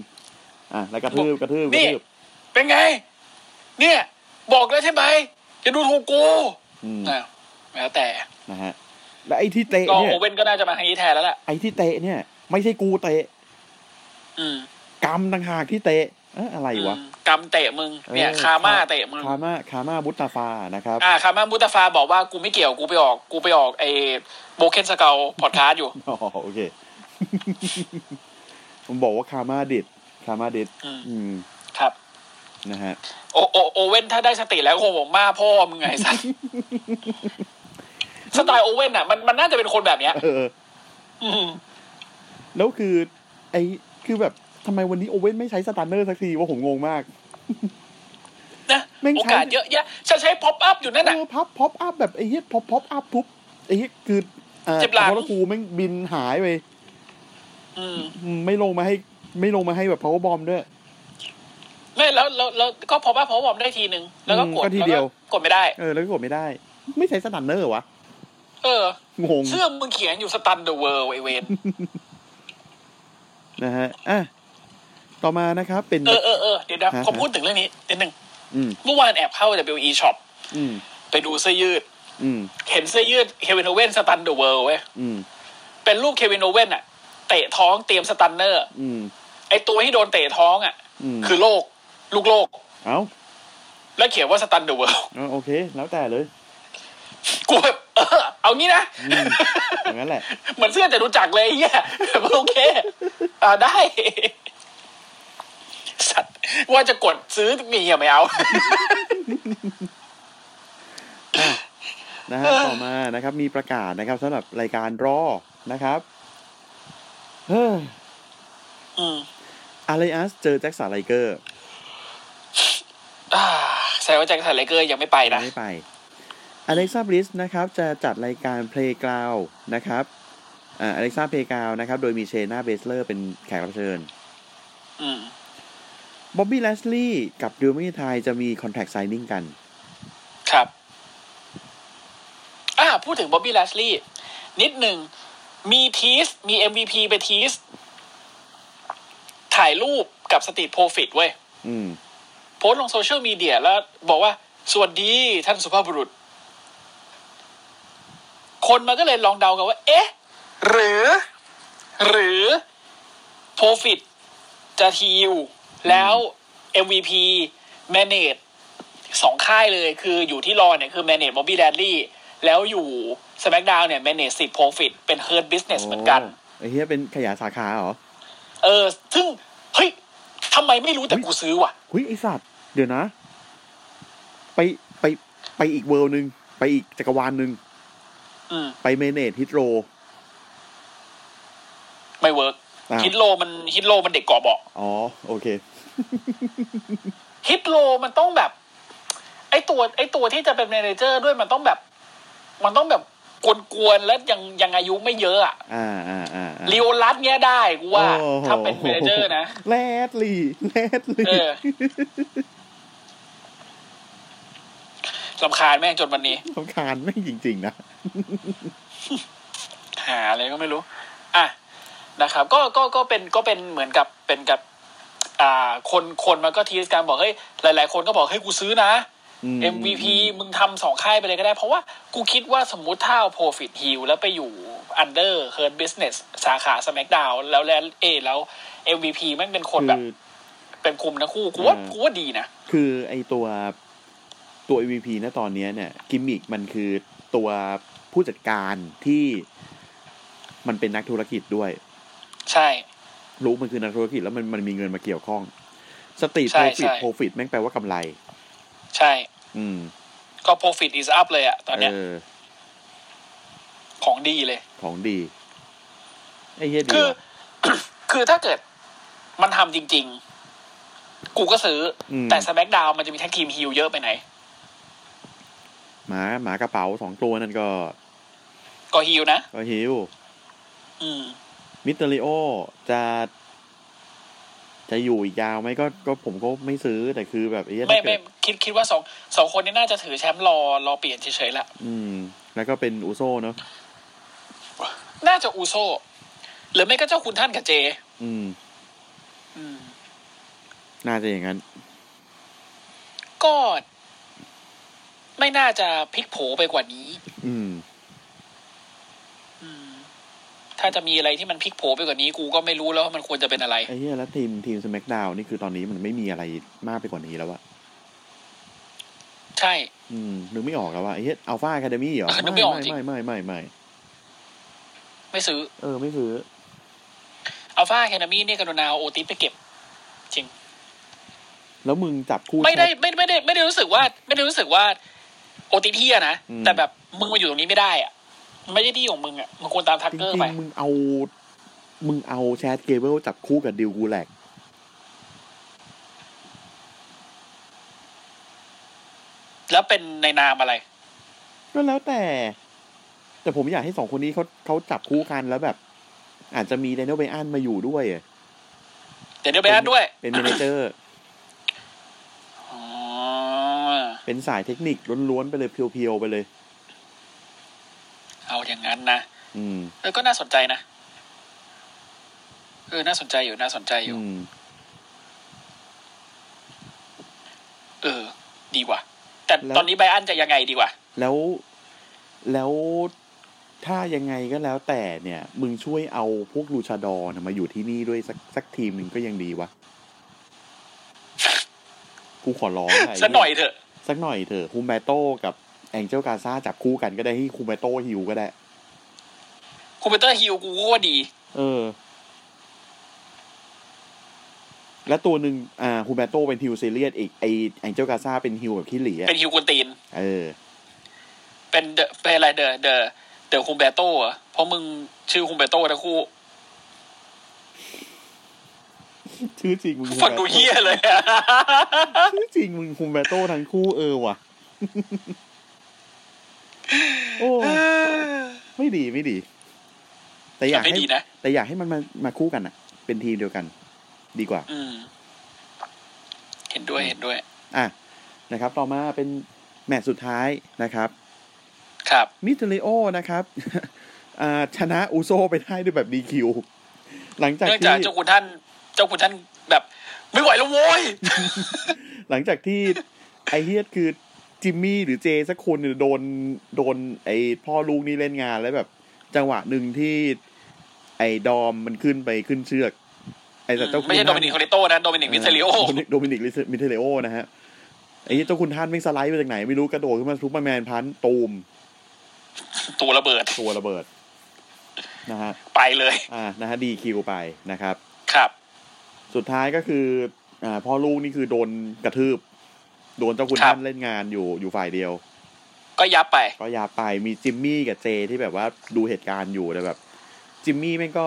Speaker 2: อ่ะแล้วกระทืบกระทืบกระ
Speaker 3: นี่
Speaker 2: ทืบ
Speaker 3: เป็นไง เนี่ย บอกแล้วใช่ไหมจะดูถูกกู
Speaker 2: อืม
Speaker 3: อ่ะแล้วแต่
Speaker 2: นะฮะ และไอ้ที่เตะ
Speaker 3: ก็
Speaker 2: เนี่ย
Speaker 3: โอเว่นก็น่าจะมาทางนี้แทนแล้วล่ะ
Speaker 2: ไอ้ที่เตะเนี่ย ไม่ใช่กูเตะ
Speaker 3: อืม
Speaker 2: กรรมต่างหากที่เตะเอะอะไรวะ
Speaker 3: อืมกำเตะมึงเนี่ย
Speaker 2: เออ
Speaker 3: คาม่าเตะมึง
Speaker 2: คามาคามาบุตตาฟานะครับ
Speaker 3: อ่าคาม่ามุตาฟาบอกว่ากูไม่เกี่ยวกูไปออก กูไปออกไอ้โบเคนสเกลพอดคาสต์อยู่
Speaker 2: อ๋อ โอ เค ผมบอกว่าคามาดิดคามาดิด
Speaker 3: อืม
Speaker 2: อืม
Speaker 3: ครับ
Speaker 2: นะฮะ
Speaker 3: โอโอโอเว่นถ้าได้สติแล้วคงบอกมาพ่อมึงไงสัส สไตล์โอเว่นอ่ะมันมันน่าจะเป็นคนแบบเนี้ย
Speaker 2: เออ
Speaker 3: อืม
Speaker 2: แล้วคือ ไอ้คือแบบทำไมวันนี้โอเว่นไม่ใช้สตันเนอร์สักทีว่าผมงงมาก
Speaker 3: นะ
Speaker 2: แม่งใช้
Speaker 3: โอกาสเยอะแยะจะใช้พ็อปอัพอยู่นั่น
Speaker 2: เอ
Speaker 3: น่ะ
Speaker 2: อพับพ็อปอัพแบบไอ้เหี้ยพอพ็อปอัพปุ๊บไอ้เหี้ยคืออ่า
Speaker 3: เจ็บหลัง
Speaker 2: โคตรคูแม่งบินหายไป
Speaker 3: อืม
Speaker 2: อืมไม่ลงมาให้ ไม่ลงมาให้แบบ power bomb ด้วย
Speaker 3: ไม่แล้วแล้วแล้วก็พ็อปอัพพ็อปอัพได้ทีหนึ่งแล้วก็ก
Speaker 2: อื
Speaker 3: ด
Speaker 2: มก็ทีเดียว
Speaker 3: แล้ก็กดไม่ได้
Speaker 2: เออ แล้วก็กดไม่ได้ ไม่ใช้สตันเนอร์วะ
Speaker 3: เออ
Speaker 2: งง
Speaker 3: เสื้อมึงเขียนอยู่สตันเดอะเวิร์ไอเวน
Speaker 2: นะฮะ อ่ะ ต่อมานะครับ เป็น
Speaker 3: เออเออเออเดี๋ยวนะ
Speaker 2: ฮะ
Speaker 3: ขอพูดถึงเรื่องนี้นิดนึง
Speaker 2: อืม
Speaker 3: เมื่อวานแอบเข้า WE Shop
Speaker 2: อืม
Speaker 3: ไปดูเสื้อยืด
Speaker 2: อืม
Speaker 3: เห็นเสื้อยืดเควินโอเว่นสตันเดอะเวิร์เว้ย
Speaker 2: อืม
Speaker 3: เป็นรูปเควินโอเว่นอะเตะท้องเตรียมสตันเนอร์
Speaker 2: อืม
Speaker 3: ไอตัวที่โดนเตะท้องอะ
Speaker 2: อืม
Speaker 3: คือโลก ลูกโลก
Speaker 2: เอ้า
Speaker 3: แล้วเขียนว่าสตันเดอะเวิร์
Speaker 2: เอาโอเค แล้วแต่เลย
Speaker 3: กูแบบเออเอางี้นะ
Speaker 2: อืม อย่างนั้นแหละ
Speaker 3: เหมือนเสื้อแต่รู้จักเลยไอ้เฮีย แบบโอเค อ่าได้ สัตว์ว่าจะกดซื้อมีเหี้ยไม่เอา
Speaker 2: นะฮะ ต่อมานะครับ มีประกาศนะครับสำหรับรายการรอ นะครับ เฮ้อ
Speaker 3: อืม
Speaker 2: อาริอัสเจอแจ็คสันไลเกอร์
Speaker 3: อ่าแสดงว่าแจ็คสันไลเกอร์ยังไม่ไปนะ
Speaker 2: ไม่ไป อเล็กซ่าบริสนะครับ จะจัดรายการเพลงก u าวนะครับ อ่า อเล็กซ่าเพลงก u าวนะครับ โดยมีเชน่าเบสเลอร์เป็นแขกรับเชิญ
Speaker 3: อืม
Speaker 2: บ๊อบบี้แลสลี่กับดิวมิทายจะมีคอนแทคไซนิ่งกัน
Speaker 3: ครับ อ่า พูดถึงบ๊อบบี้แลสลีย์นิดหนึ่ง มีทีส มี MVP ไปทีส ถ่ายรูปกับสตรีทโปรฟิตเว้ย
Speaker 2: อืม
Speaker 3: โพสต์ลงโซเชียลมีเดียแล้วบอกว่า สวัสดีท่านสุภาพบุรุษ คนมันก็เลยลองเดากันว่า เอ๊ะ หรือ หรือโปรฟิตจะทีวแล้ว MVP แมเนจสองค่ายเลยคืออยู่ที่รอเนี่ยคือแมเนจบอบบี้แดดลี่แล้วอยู่ส c k กดาวเนี่ยแมเนจสิทธิ์โปรฟิตเป็นเฮิร์ดบิสเนสเหมือนกัน
Speaker 2: โไอ้เฮียเป็นขยายสาขาเหรอ
Speaker 3: เออ ซึ่ง เฮ้ยทำไมไม่รู้แต่กูซื้อว่ะ
Speaker 2: หุยไอสัตว์ เดี๋ยวนะ ไปไปไปอีกเวิลด์หนึ่งไปอีกจักรวาลหนึ่ง
Speaker 3: อืม
Speaker 2: ไปเมเนจฮิตโร
Speaker 3: ไม่เวิร์ก
Speaker 2: อ้าว
Speaker 3: ฮิตโลมันฮิตโลมันเด็กเกาะเบาะ
Speaker 2: อ๋อ โอเค
Speaker 3: ฮิตโลมันต้องแบบ ไอตัวไอตัวที่จะเป็นเมเนเจอร์ด้วยมันต้องแบบ มันต้องแบบกวนๆแล้วยังยังอายุไม่เยอะอะ
Speaker 2: อ่าอ่าอ่าอ่า
Speaker 3: ลีโอรัสเนี้ยได้กูว่า
Speaker 2: โอ้โห
Speaker 3: ถ้าเป็นเมเนเจอร์นะ
Speaker 2: แรดลี่แรดลี่
Speaker 3: เออ ลำคาญแม่งจนวันนี้
Speaker 2: สำคัญไม่งจริง ๆ นะ
Speaker 3: หาอะไรก็ไม่รู้ อ่ะ นะครับ ก็ ก็ ก็เป็น ก็เป็นเหมือนกับ เป็นกับ อ่า คน คนมันก็ทีสกันบอก เฮ้ย หลาย ๆ คนก็บอก เฮ้ย กูซื้อนะ
Speaker 2: อืม
Speaker 3: MVP มึงทำสองค่ายไปเลยก็ได้ เพราะว่า กูคิดว่าสมมติถ้าเอา Profit Hill แล้วไปอยู่ Under h e r d Business สาขา SmackDown แล้วแล้วเอ แล้ว MVP แมันเป็นคนแบบ
Speaker 2: คือ
Speaker 3: เป็นคุมทั้งคู่ กูว่า
Speaker 2: อ่ากู
Speaker 3: กูว่าดีนะ
Speaker 2: คือไอตัวตัว MVP นะตอนเนี้ยเนี่ย กิมมิกมันคือตัวผู้จัดการที่มันเป็นนักธุรกิจด้วย
Speaker 3: ใช่
Speaker 2: รู้มันคือนักธุรกิจแล้วมันมันมีเงินมาเกี่ยวข้องสตรีท
Speaker 3: ใช่
Speaker 2: โปรฟิต
Speaker 3: ใช่
Speaker 2: โปรฟิตแม่งแปลว่ากำไร
Speaker 3: ใช่
Speaker 2: อืม
Speaker 3: ก็ Profit is up เลยอะตอนเนี้ย
Speaker 2: เออ
Speaker 3: ของดีเลย
Speaker 2: ของดี ไอ้เหี้ยดี
Speaker 3: คือ
Speaker 2: ว่ะ
Speaker 3: คือถ้าเกิดมันทำจริง ๆ กูก็ซื้ออ
Speaker 2: ม
Speaker 3: แต่สแ c k ดาวมันจะมีแท็กทีมฮิลเยอะไปไหน
Speaker 2: หมาหมากระเป๋าสองตัวนั่นก็
Speaker 3: ก็ฮิลนะ
Speaker 2: ก็ฮิว
Speaker 3: อืม
Speaker 2: มิสเตอริโอจะ จะอยู่อีกยาวไหมก็ก็ผมก็ไม่ซื้อแต่คือแบบไอ้เหี้ย
Speaker 3: ไม่
Speaker 2: ถ้า
Speaker 3: ไม่
Speaker 2: เกิด
Speaker 3: คิดคิดว่าสองสองคนนี้น่าจะถือแชมป์รอรอเปลี่ยนเฉยๆละ
Speaker 2: อืม แล้วก็เป็นอุโซเนาะ
Speaker 3: น่าจะอูโซ หรือไม่ก็เจ้าคุณท่านกับเจ
Speaker 2: อืม
Speaker 3: อืม
Speaker 2: น่าจะอย่างนั้น
Speaker 3: ก็ ไม่น่าจะพลิกโผไปกว่านี้
Speaker 2: อืม
Speaker 3: อืม ถ้าจะมีอะไรที่มันพลิกโผไปกว่านี้ กูก็ไม่รู้แล้วว่ามันควรจะเป็นอะไร
Speaker 2: ไอ้เหี้ยแล้วทีมทีมสแมกดาวนี่คือตอนนี้มันไม่มีอะไรมากไปกว่านี้แล้วอะ
Speaker 3: ใช่
Speaker 2: อืมนึกไม่ออกแล้วว่าไอ้เหี้ยอัลฟาอะคาเดมี่เหรอ
Speaker 3: เออนึกไม่ออกจริง
Speaker 2: ไม่ไม่ไม่ไม่ไม่
Speaker 3: ไม่ซื้อ
Speaker 2: เออไม่ซื้อ
Speaker 3: อัลฟาแคนามีเนี่ยกรุณาเอาโอติสไปเก็บ จริง
Speaker 2: แล้วมึงจับคู่
Speaker 3: ไม่ได้
Speaker 2: แชท
Speaker 3: ไม่ไม่ได้ไม่ได้รู้สึกว่า ไม่ได้รู้สึกว่า โอติเทียนะ
Speaker 2: อืม
Speaker 3: แต่แบบมึงมาอยู่ตรงนี้ไม่ได้อะ ไม่ใช่ที่ของมึงอ่ะมึงควรตามทั
Speaker 2: จ
Speaker 3: กเกอร์
Speaker 2: ริ
Speaker 3: ไป
Speaker 2: งๆมึงเอา มึงเอาแชทเกเบิลจับคู่กับดิวกูแหลก
Speaker 3: แล้วเป็นในนามอะไร
Speaker 2: ก็แล้วแต่ แต่ผมอยากให้สองคนนี้เขาเขาจับคู่กันแล้วแบบ อาจจะมีแดเนียลเบอันมาอยู่ด้วยอะ
Speaker 3: เดี๋ยวเดี๋ยวไปอ่านด้วย
Speaker 2: เป็นเมเนเจอร์
Speaker 3: อ๋อ
Speaker 2: เป็นสายเทคนิคล้วนๆไปเลยเพียวๆไปเลย
Speaker 3: เอาอย่างนั้นนะ
Speaker 2: อืม
Speaker 3: เออก็น่าสนใจนะ เออ น่าสนใจอยู่ น่าสนใจอยู่
Speaker 2: อืม
Speaker 3: เออ ดีกว่า แต่
Speaker 2: แล้ว
Speaker 3: ตอนนี้ไบรอันจะยังไงดีกว่า
Speaker 2: แล้วแล้วถ้ายังไงก็แล้วแต่เนี่ย มึงช่วยเอาพวกลูชาดอร์นะมาอยู่ที่นี่ด้วยสักสักทีมหนึ่งก็ยังดีวะ กูขอร้องไ
Speaker 3: สักหน่อยเถอะ
Speaker 2: สักหน่อยเถอะคูมแบโต้กับแองเจลกาซาจับคู่กันก็ได้ที่คูมแบโต้ฮิวก็ได้
Speaker 3: คอมพิวเตอร์ฮิลกูก็ว่าดี
Speaker 2: เออ และตัวหนึ่งอ่าคูมแบโต้เป็นฮิวซีเรียสอีกไอแองเจลกาซาเป็นฮิวแบบขี้หลีอะ
Speaker 3: เป็นฮิลกวนตีน
Speaker 2: เออ
Speaker 3: เป็นเดอะเป็นอะไรเดอะเดอะเดอะคุมเบโต้เหรอเพราะมึงชื่อคุมเบโต้ทั้งคู่
Speaker 2: ชื่อจริงมึง
Speaker 3: ฟังดูเฮี้ยเลยอะ
Speaker 2: ชื่อจริงมึงคุมแบตโต้ทั้งคู่เออว่ะ โอ้ไม่ดีไม่ดี แต่อยาก
Speaker 3: ไม่
Speaker 2: ให้
Speaker 3: ดีนะ
Speaker 2: แต่อยากให้มันมามาคู่กันอะเป็นทีมเดียวกัน ดีกว่า
Speaker 3: อืม เห็นด้วย เห็นด้วย
Speaker 2: อ่ะนะครับ ต่อมาเป็นแมตช์สุดท้ายนะครับ
Speaker 3: ครับ
Speaker 2: มิเตเลโอนะครับ อ่าชนะอูโซไปได้ด้วยแบบดีคิว หลังจาก
Speaker 3: เนื่องจาก
Speaker 2: ที่
Speaker 3: เจ้าคุณท่าน เจ้าคุณท่านแบบ ไม่ไหวแล้วโว้ย
Speaker 2: หลังจากที่ ไอเฮียดคือจิมมี่หรือเจสักคนหรือโดนโดนไอพ่อลูกนี่เล่นงานแล้วแบบ จังหวะหนึ่งที่ ไอดอมมันขึ้นไปขึ้นเชือก ไอสัตว์เจ้าคุณ
Speaker 3: ไม่ใช่โดมินิกโคเนโต้นะ โดมินิกวิเซ ริโอ
Speaker 2: โดมินิกโดมินิกมิเทเลโอนะฮะไอ้เจ้าคุณท่านวิ่งสไลด์มาจากไหน ไม่รู้กระโดดขึ้นมาทุบมาแมนพันธุ์ตูม
Speaker 3: ตัวระเบิด
Speaker 2: ตัวระเบิด นะฮะ
Speaker 3: ไปเลย
Speaker 2: อ่านะฮะดีคิวไปนะครับ
Speaker 3: ครับ
Speaker 2: สุดท้ายก็คืออ่าพ่อลูกนี่คือโดนกระทืบ โดนเจ้าคุณ
Speaker 3: ครับ
Speaker 2: ท่านเล่นงานอยู่อยู่ฝ่ายเดียว
Speaker 3: ก็ยับไป
Speaker 2: ก็ยาไปมีจิมมี่กับเจที่แบบว่าดูเหตุการณ์อยู่แต่แบบ จิมมี่แม่งก็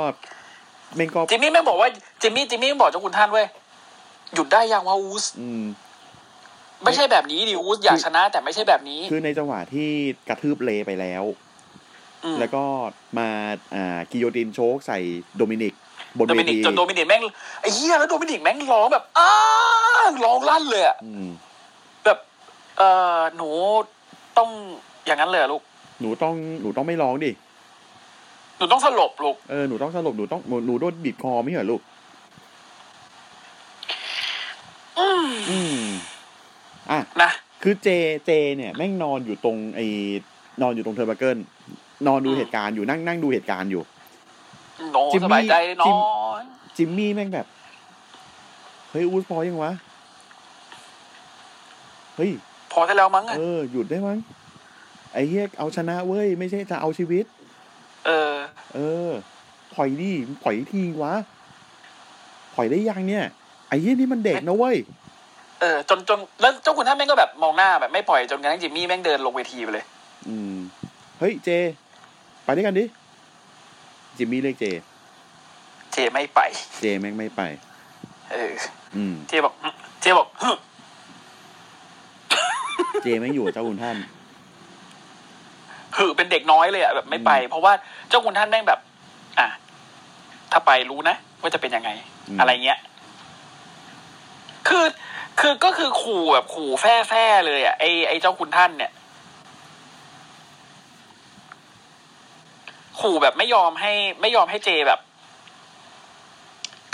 Speaker 2: แม่งก็
Speaker 3: จิมมี่แม่งบอกว่าจิมมี่จิมมี่แม่งบอกเจ้าคุณท่านเว้ยหยุดได้ยังว่าอูส
Speaker 2: อืม
Speaker 3: ไม่ใช่แบบนี้ดิอูสอยากชนะ แต่ไม่ใช่แบบนี้
Speaker 2: คือในจังหวะที่กระทืบเลไปแล้ว
Speaker 3: ม
Speaker 2: แล้วก็มาอ่ากิโยตินโชคใส่โดมินิก บน
Speaker 3: โด
Speaker 2: เว
Speaker 3: มินิก
Speaker 2: ที
Speaker 3: จนโดมินิกแม่งไอ้เหี้ยแล้วโดมินิกแม่งร้องแบบอ้าร้องลั่นเลยอะ
Speaker 2: อืม
Speaker 3: แบบเออหนูต้องอย่างนั้นเลยเหรอลูก
Speaker 2: หนูต้องหนูต้องไม่ร้องดิ
Speaker 3: หนูต้องสลบลูก
Speaker 2: เออหนูต้องสลบหนูต้องหนูหนูโดนบีบคอไม่ใช่เหรอลูก อืมอ่ะ
Speaker 3: นะ
Speaker 2: คือเจเจเนี่ยแม่งนอนอยู่ตรงไอ้นอนอยู่ตรงเทอร์เบเกิลนอนดูเหตุการณ์อยู่นั่งนั่งดูเหตุการณ์อยู่
Speaker 3: โน
Speaker 2: จิมมี่
Speaker 3: สบายใจน้
Speaker 2: จิ
Speaker 3: อ
Speaker 2: ม
Speaker 3: ย
Speaker 2: จิมมี่แม่งแบบ เฮ้ยอูสพอยังวะ เฮ้ย
Speaker 3: พอได้แล้วมั้งอะ
Speaker 2: เออ หยุดได้มั้ง ไอ้เฮียเอาชนะเว้ย ไม่ใช่จะเอาชีวิต
Speaker 3: เออ
Speaker 2: เออปล่อยดิปล่อยทีวะปล่อยได้ยังเนี่ย ไอ้เฮียนี่มันเด็กนะเว้ย
Speaker 3: เออ จนจนแล้วเจ้าคุณท่านแม่งก็แบบมองหน้าแบบไม่ปล่อยจนกระทั่งจิมมี่แม่งเดินลงเวทีไปเลย
Speaker 2: อืม เฮ้ยเจ ไปด้วยกันดิ จิมมี่เรียกเจ
Speaker 3: เจไม่ไป
Speaker 2: เจแม่งไม่ไป
Speaker 3: เออ
Speaker 2: อืม
Speaker 3: เจบอก เจบอก
Speaker 2: เจแม่งอยู่กับเจ้าคุณท่าน
Speaker 3: หือเป็นเด็กน้อยเลยอ่ะแบบไม่ไป เพราะว่าเจ้าคุณท่านแม่งแบบ อ่ะ ถ้าไปรู้นะว่าจะเป็นยังไง
Speaker 2: อืม
Speaker 3: อะไรเงี้ย คือ คือก็คือขู่แบบขู่แฟ่แฟ่ๆเลยอ่ะไอไอเจ้าคุณท่านเนี่ย ขู่แบบไม่ยอมให้ ไม่ยอมให้เจแบบ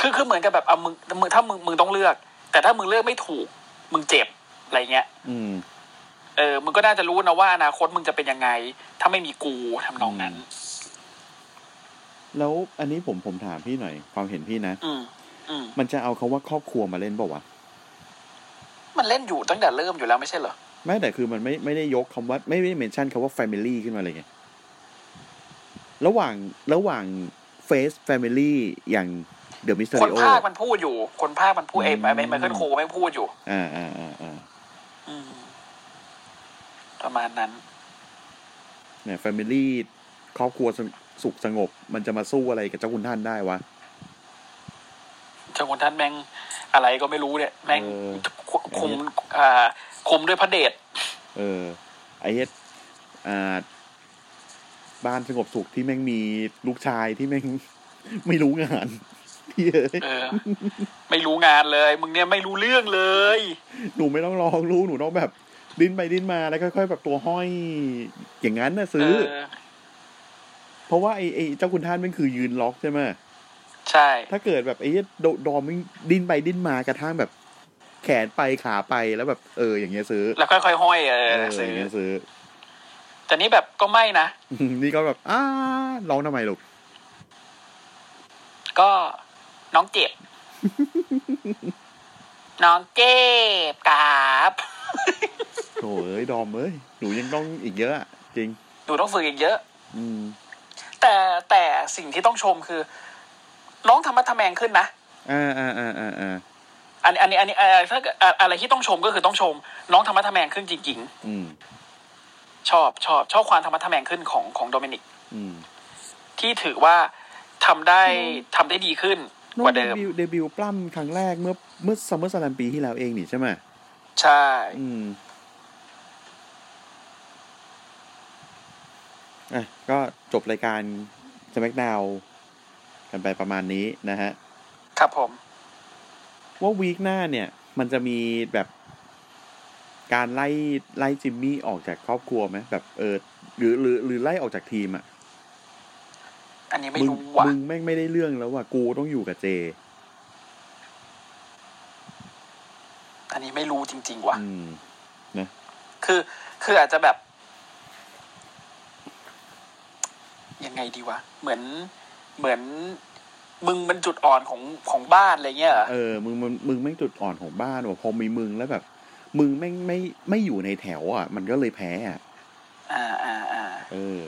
Speaker 3: คือคือเหมือนกับแบบเอามึงมึงถ้ามึงมึงต้องเลือก แต่ถ้ามึงเลือกไม่ถูก มึงเจ็บอะไรเงี้ย
Speaker 2: อืม
Speaker 3: เออ มึงก็น่าจะรู้นะว่าอนาคตมึงจะเป็นยังไง ถ้าไม่มีกูทำนองนั้น
Speaker 2: แล้วอันนี้ผมผมถามพี่หน่อย ความเห็นพี่นะ
Speaker 3: อืม อืม
Speaker 2: มันจะเอาคาว่าครอบครัวมาเล่นเปล่าวะ
Speaker 3: มันเล่นอยู่ตั้งแต่เริ่มอยู่แล้วไม่ใช่เหรอ
Speaker 2: ไม่แต่คือมันไม่ไม่ได้ยกคำว่าไม่ไม่ได้เมนชั่นคำว่า Family ขึ้นมาเลยไง ระหว่างระหว่าง Face Family อย่าง The
Speaker 3: คน
Speaker 2: Mysterio
Speaker 3: ภาคมันพูดอยู่ คนภาคมันพูดเองไอ้ไอ้ไมเคิลโคไม่งพูดอยู่
Speaker 2: อ่าอ่าอ่าอ่า
Speaker 3: อืม ประมาณนั้น
Speaker 2: เนี่ย Family ครอบครัวสงสุขสงบ มันจะมาสู้อะไรกับเจ้าคุณท่านได้วะ
Speaker 3: เจ้าคุณท่านแม่งอะไรก็ไม่รู้เนี่ยแม่ง
Speaker 2: เออ
Speaker 3: คุคุมอ่าคุมด้วยพระเดช
Speaker 2: เออ ไอ้เฮ็ดอ่า บ้านสงบสุขที่แม่งมีลูกชายที่แม่ง ไม่รู้งาน เหี้ย
Speaker 3: เอ อ ไม่รู้งานเลย มึงเนี่ยไม่รู้เรื่องเลย
Speaker 2: หนูไม่ต้องรองรู้หนูต้องแบบ ดิ้นไปดิ้นมาแล้วค่อยๆแบบตัวห้อย อย่างนั้นน่ะซื้อ
Speaker 3: เออ
Speaker 2: เพราะว่าไอ้ไอ้เจ้าคุณท่านแม่งคือยืนล็อกใช่ไหม
Speaker 3: ใช่
Speaker 2: ถ้าเกิดแบบไอ้เหี้ยโดดอมแม่งดิ้นไปดิ้นมากระทั่งแบบ แขนไปขาไปแล้วแบบ เออ อย่างเงี้ยซื้อ
Speaker 3: แล้วค่อยๆห้อยเอ
Speaker 2: เอ
Speaker 3: อ
Speaker 2: อ
Speaker 3: ซื้
Speaker 2: อย่าง
Speaker 3: อ
Speaker 2: เงี้ยซื้อ
Speaker 3: แต่นี่แบบก็ไม่นะ
Speaker 2: นี่ก็แบบอ้าร้องทำไมลูก
Speaker 3: ก็น้องเจ็บ น้องเจ็บกราบ
Speaker 2: โถ่เอ้ยดอมเอ้ยหนูยังต้องอีกเยอะอะจริง
Speaker 3: หนูต้องฝึกอีกเยอะ
Speaker 2: อืม
Speaker 3: แต่แต่สิ่งที่ต้องชมคือ น้องธรรมะทะแมงขึ้นนะ
Speaker 2: อ่าอ่าอ่าอ่าอ่า
Speaker 3: อันอันนี้อันนี้เอ่อถ้าเกิดอ่ะอะไรที่ต้องชมก็คือต้องชม น้องธรรมะทะแมงขึ้นจริง
Speaker 2: อืม
Speaker 3: ๆ ชอบชอบชอบความธรรมะทะแมงขึ้นของของโดมินิก
Speaker 2: อืม
Speaker 3: ที่ถือว่าทำได้ทำได้ดีขึ้น
Speaker 2: น้อก ง
Speaker 3: ว่า
Speaker 2: เด
Speaker 3: เดิม
Speaker 2: บิวต์เดบิวต์ปล้ำครั้งแรกเมื่อเมื่อซัมเมอร์สแลมปีที่แล้วเองนี่ใช่ไหม
Speaker 3: ใช่
Speaker 2: อืมอ่ะก็จบรายการสมักดาวกันไปประมาณนี้นะฮะ
Speaker 3: ครับผม
Speaker 2: ว่าวีคหน้าเนี่ย มันจะมีแบบการไล่ไล่จิมมี่ออกจากครอบครัวไหมแบบเออหรือหรือหรือไล่ออกจากทีมอ่ะ
Speaker 3: อันนี้ไม่
Speaker 2: มึง
Speaker 3: รู้ว่ะ
Speaker 2: มึงแม่งไม่ได้เรื่องแล้วว่ะกูต้องอยู่กับเจ
Speaker 3: อันนี้ไม่รู้จริง ๆว่ะ
Speaker 2: อืม
Speaker 3: คือ คืออาจจะแบบ ยังไงดีวะ เหมือน เหมือน มึงมันจุดอ่อนของของบ้านอะไรเงี้ยเหรอ
Speaker 2: เออ มึงมึงมึงแม่งจุดอ่อนของบ้านว่ะพอมีมึงแล้วแบบ มึงแม่งไม่ไม่อยู่ในแถวอ่ะ มันก็เลยแพ้อ่ะ
Speaker 3: อ่าอ่าอ่า
Speaker 2: เออ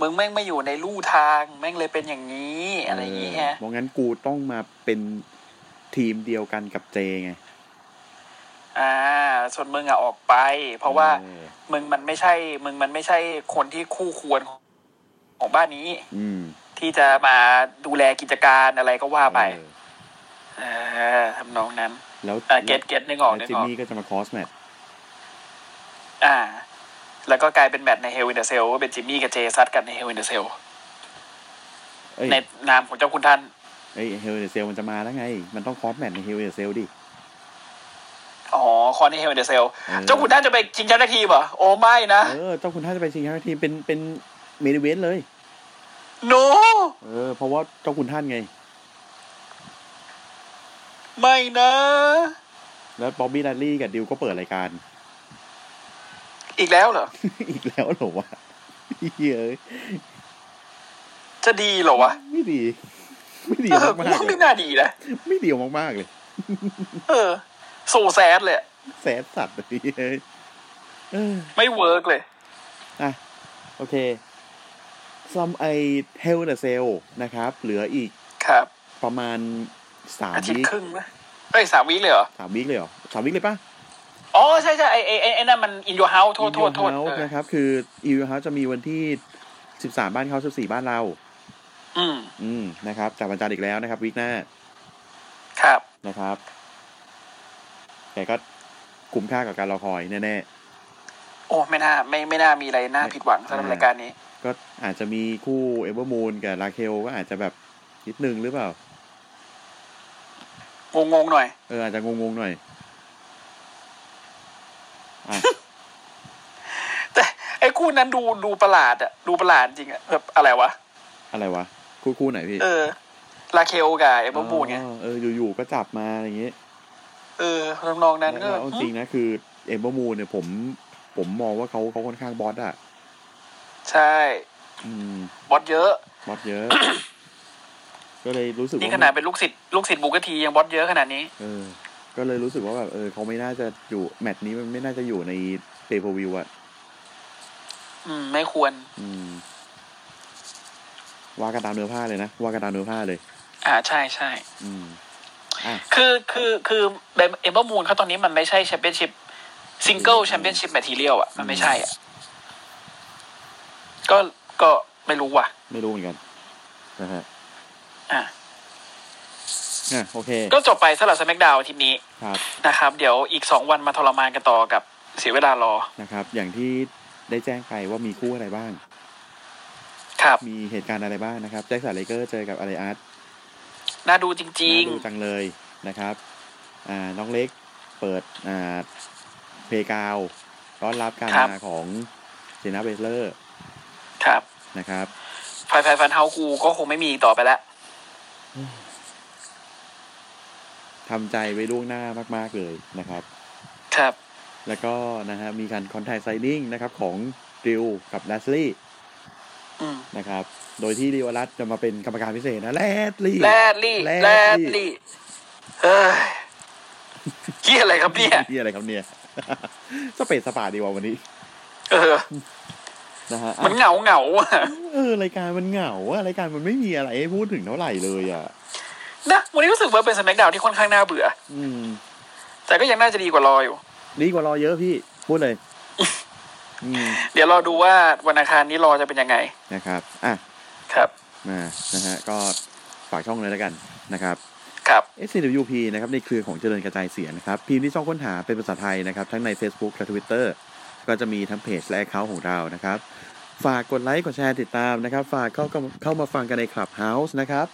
Speaker 3: มึงแม่งไม่อยู่ในลู่ทาง แม่งเลยเป็นอย่างนี้ อะไรอย่างเงี้ย
Speaker 2: เเพราะงั้นกูต้องมาเป็นทีมเดียวกันกับเจไง
Speaker 3: อ่า ส่วนมึงอะออกไป เพราะว่า
Speaker 2: ออ
Speaker 3: มึงมันไม่ใช่ มึงมันไม่ใช่คนที่คู่ควรของของบ้านนี้
Speaker 2: อืม
Speaker 3: ที่จะมาดูแลกิจการอะไรก็ว่าไป
Speaker 2: เออ
Speaker 3: เออทำนองนั้น
Speaker 2: แล้ว
Speaker 3: เออเก็ตเก็ตนึกออกนึ
Speaker 2: แล้ว
Speaker 3: ก
Speaker 2: จิม
Speaker 3: ออก
Speaker 2: มี่ก็จะมาคอสแมท
Speaker 3: อ่า แล้วก็กลายเป็นแมตช์ในเฮลวินเดอร์เซลก็เป็นจิมมี่กับเจซัดกันในเฮลวินเดอร์เซล
Speaker 2: เอ้ย
Speaker 3: ในนามของเจ้าคุณท่าน
Speaker 2: เอ้ยเฮลเซลมันจะมาแล้วไง มันต้องคอสแมทในเฮลเซลดิ
Speaker 3: อ๋อ คอนในเฮลวินเดอร์เซล
Speaker 2: เออ
Speaker 3: เจ้าคุณท่านจะไปชิงแชมป์ทักทีมเหรอ โอ้ไม่นะ
Speaker 2: เออเจ้าคุณท่านจะไปชิงแชมป์ทีมเป็นเป็นเมดิเวนเลย
Speaker 3: โน
Speaker 2: เออเพราะว่าเจ้าคุณท่านไง
Speaker 3: ไม่นะ
Speaker 2: แล้วบ๊อบบี้ดัลลี่กับดิวก็เปิดรายการ
Speaker 3: อีกแล้วเหรอ
Speaker 2: อีกแล้วเหรอวะเฮ้ยเอ้ย
Speaker 3: จะดีเหรอวะ
Speaker 2: ไม่ดี ไม่ดี
Speaker 3: เออ
Speaker 2: มากๆ
Speaker 3: กูว่า
Speaker 2: เล
Speaker 3: ไม่
Speaker 2: ย
Speaker 3: น่าดีนะ
Speaker 2: ไม่ดีมากๆเลย
Speaker 3: เออโซแซดเลยอะ
Speaker 2: แสบสัตว์เลยเฮ้ยเออ
Speaker 3: ไม่เวิร์กเลย
Speaker 2: อ่ะโอเคซัมไอเฮลเดอะเซลนะครับ เหลืออีก
Speaker 3: ครับ
Speaker 2: ประมาณสาม
Speaker 3: อาทิต
Speaker 2: วิ
Speaker 3: ย์
Speaker 2: ค
Speaker 3: ครึ่งนะเอ้ยสามวิเลยเหรอ
Speaker 2: สามวิคเลยเหรอสามวิคเลยปะ
Speaker 3: อ๋อ ใช่ใช่ไอไอไอไอ้นั่นมันอินยูเฮาโทษโทษโทษ
Speaker 2: เฮา
Speaker 3: เออ
Speaker 2: นะครับ คืออีวิวเฮาจะมีวันที่สิบสามบ้านเขาสิบสี่บ้านเรา
Speaker 3: อืม
Speaker 2: อืมนะครับจากวันจันทร์อีกแล้วนะครับวิคหน้า
Speaker 3: ครับ
Speaker 2: นะครับแต่ก็คุ้มค่ากับการรอคอยแน่
Speaker 3: โอ้ไม่น่าไม่ไม่น่ามีอะไรน่าผิดหวังสำหรับรายการนี้
Speaker 2: ๆ ก็อาจจะมีคู่เอเวอร์มูนกับลาเคลก็อาจจะแบบนิดนึงหรือเปล่า
Speaker 3: งงงๆหน่อย
Speaker 2: เอออาจจะงงๆหน่อย อ่ะ
Speaker 3: แต่ไอ้คู่นั้นดูดูประหลาดอะดูประหลาดจริงอะแบบอะไรวะ
Speaker 2: อะไรวะ คู่คู่ไหนพี่
Speaker 3: เออ ลาเคลกับเอเบอร์บูนไง
Speaker 2: อ๋อเอออยู่ๆก็จับมาอะไรอย่างเงี้ย
Speaker 3: เออทำนองนั้นก็
Speaker 2: แล้วเอาจริงนะคือเอเวอร์มูนเนี่ยผม ผมมองว่าเขาเขาค่อนข้างบอสอ่ะ
Speaker 3: ใช่
Speaker 2: อืม
Speaker 3: บอสเยอะ
Speaker 2: บอสเยอะ ก็เลยรู้สึกว่า
Speaker 3: นี่
Speaker 2: มั
Speaker 3: ขนาดเป็นลูกศิษย์ลูกศิษย์บูกะทียังบอสเยอะขนาดนี้
Speaker 2: เออ ก็เลยรู้สึกว่าแบบเออเขาไม่น่าจะอยู่แมตช์นี้มันไม่น่าจะอยู่ในเปเปอร์วิวอะ
Speaker 3: อืม ไม่ควร
Speaker 2: อืม ว่ากันตามเนื้อผ้าเลยนะ ว่ากันตามเนื้อผ้าเลย
Speaker 3: อ่าใช่ใช่
Speaker 2: อืม อ่ะ
Speaker 3: คือคือคือเอเบอร์บูนเขาตอนนี้มันไม่ใช่แชมเปี้ยนชิพซิงเกิลแชมเปี้ยนชิพแมทเทียลอะมันไม่ใช่อะก็ ก็ไม่รู้ว่ะ
Speaker 2: ไม่รู้เหมือนกันนะฮะ
Speaker 3: อ่ะ
Speaker 2: อ่ะโอเค
Speaker 3: ก็จบไปสำหรับสแมกดาวอาทิตย์นี้
Speaker 2: ครับ
Speaker 3: นะครับ เดี๋ยวอีกสองวันมาทรมานกันต่อกับเสียเวลารอ
Speaker 2: นะครับ อย่างที่ได้แจ้งไปว่ามีคู่อะไรบ้าง
Speaker 3: ครับ
Speaker 2: มีเหตุการณ์อะไรบ้างนะครับแจ็คสันเลเกอร์เจอกับอะไรอาร์ต
Speaker 3: น่าดูจริง
Speaker 2: น่าดูจังเลยนะครับอ่าน้องเล็กเปิดอ่าเพลย์กราวด์ต้อนรับการ
Speaker 3: ครับ
Speaker 2: มาของเจนาเบสเลอร์
Speaker 3: ๆ ครับ
Speaker 2: นะครับ
Speaker 3: ไฟไฟฟันเฮากูก็คงไม่มีอีกต่อไปแล้ว
Speaker 2: ทำใจไว้ล่วงหน้ามาก ๆ เลยนะครับ
Speaker 3: ครับ
Speaker 2: แล้วก็นะฮะมีการคอนแทคไซนิ่งนะครับของดิวกับลัสลี่
Speaker 3: อืม
Speaker 2: นะครับ โดยที่ดิวรัตจะมาเป็นกรรมการพิเศษนะแลดลี่
Speaker 3: แรดลี่
Speaker 2: แร
Speaker 3: แร
Speaker 2: ด
Speaker 3: ด
Speaker 2: ลี่
Speaker 3: ลี่เอ้ยเฮียอะไรครับเนี่ย
Speaker 2: ที่อะไรครับเนี่ย สเปซสปาดีกว่าวันนี้
Speaker 3: เออ
Speaker 2: นะฮะ
Speaker 3: มันเหงาเหงาๆอ่ะ
Speaker 2: เออรายการมันเหงาอะรายการมันไม่มีอะไรให้พูดถึงเท่าไหร่เลยอ่ะ
Speaker 3: นะวันนี้รู้สึกว่าเป็นสแมกดาวที่ค่อนข้างน่าเบื่อ
Speaker 2: อืม
Speaker 3: แต่ก็ยังน่าจะดีกว่ารออยู่
Speaker 2: ดีกว่ารอเยอะพี่พูด เลย อืม
Speaker 3: เดี๋ยวรอดูว่าวันอังคารนี้รอจะเป็นยังไง
Speaker 2: นะครับอ่ะ
Speaker 3: ครับ
Speaker 2: มานะฮะก็ฝากช่องเลยแล้วกันนะครับ
Speaker 3: ครับ
Speaker 2: SCWP นะครับในเครือของเจริญกระจายเสียงนะครับพิมพ์ที่ช่องค้นหาเป็นภาษาไทยนะครับ ทั้งใน Facebook และ Twitter ก็จะมีทั้งเพจและ Account ของเรานะครับ ฝากกดไลค์กดแชร์ติดตามนะครับ ฝากเข้าเข้าเข้ามาฟังกันใน Clubhouse นะครับ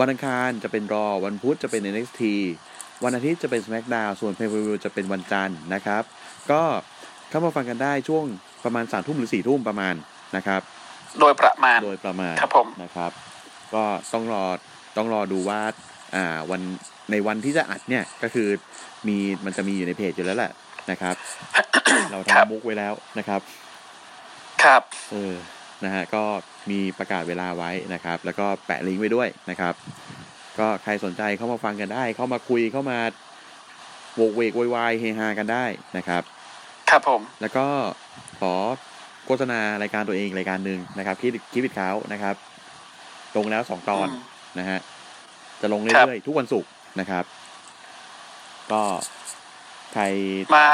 Speaker 2: วันอังคารจะเป็นรอวันพุธจะเป็น NXT วันอาทิตย์จะเป็น SmackDown ส่วน Pay Per View จะเป็นวันจันทร์นะครับ ก็เข้ามาฟังกันได้ช่วงประมาณสามทุ่มหรือสี่ทุ่มประมาณนะครับ
Speaker 3: โดยประมาณ
Speaker 2: โดยประมาณ
Speaker 3: ครับผม
Speaker 2: นะครับ ก็ต้องรอต้องรอดูว่าอ่าวันในวันที่จะอัดเนี่ยก็คือมีมันจะมีอยู่ในเพจอยู่แล้วแหละนะครับ เรา
Speaker 3: ครับ
Speaker 2: ทำมุกไว้แล้วนะครับ
Speaker 3: ครับ
Speaker 2: เออนะฮะก็มีประกาศเวลาไว้นะครับ แล้วก็แปะลิงก์ไว้ด้วยนะครับ ก็ใครสนใจเข้ามาฟังกันได้ เข้ามาคุยเข้ามาโวกเวกโวยวายเฮฮากันได้นะครับ
Speaker 3: ครับผม
Speaker 2: แล้วก็ขอโฆษณารายการตัวเองรายการหนึ่งนะครับคลิปคลิปปิดเท้านะครับ ลงแล้วสองตอน
Speaker 3: อืม
Speaker 2: นะฮะจะลง
Speaker 3: ครับ
Speaker 2: เรื่อยๆทุกวันศุกร์นะครับ ก็ใคร
Speaker 3: มา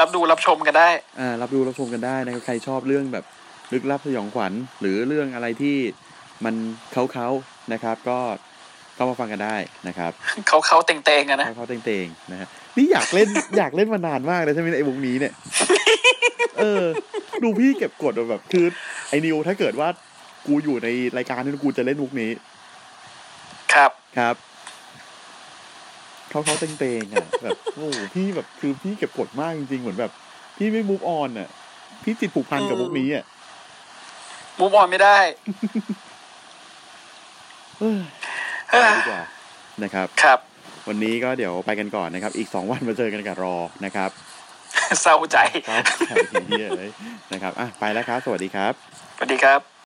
Speaker 3: รับดูรับชมกันได้
Speaker 2: อ่ารับดูรับชมกันได้นะครับใครชอบเรื่องแบบลึกลับสยองขวัญ หรือเรื่องอะไรที่มันเขาเขาๆนะครับ ก็เข้ามาฟังกันได้นะครับ
Speaker 3: เขาเขาเต่งๆกันนะ
Speaker 2: เขาเขาๆเต่งๆนะฮะนี่อยากเล่น อยากเล่นมานานมากเลยใช่ไหมเนี่ยไอ้วงนี้ เนี่ย เออ ดูพี่เก็บกดแบบ คือ ไอ้นิวถ้าเกิดว่ากูอยู่ในรายการนั้นกูจะเล่นมุกนี้
Speaker 3: ครับ
Speaker 2: ครับเขาเขาเต็งๆอ่ะ แบบโอ้โหพี่แบบคือพี่เก็บกดมากจริงๆเหมือนแบบ พี่ไม่มูฟออนอ่ะ พี่จิตผูกพันกับมุกนี้อ่ะ
Speaker 3: มูฟออนไม่ได้
Speaker 2: เอ้ยไปดีกว่านะครับ
Speaker 3: ครับ
Speaker 2: วันนี้ก็เดี๋ยวไปกันก่อนนะครับ อีกสองวันมาเจอกันกับรอนะครับ
Speaker 3: เศร้าใจ
Speaker 2: ครับไอ้เหี้ยเลยนะครับอ่ะไปแล้วครับ สวัสดีครับ
Speaker 3: สวัสดีครับ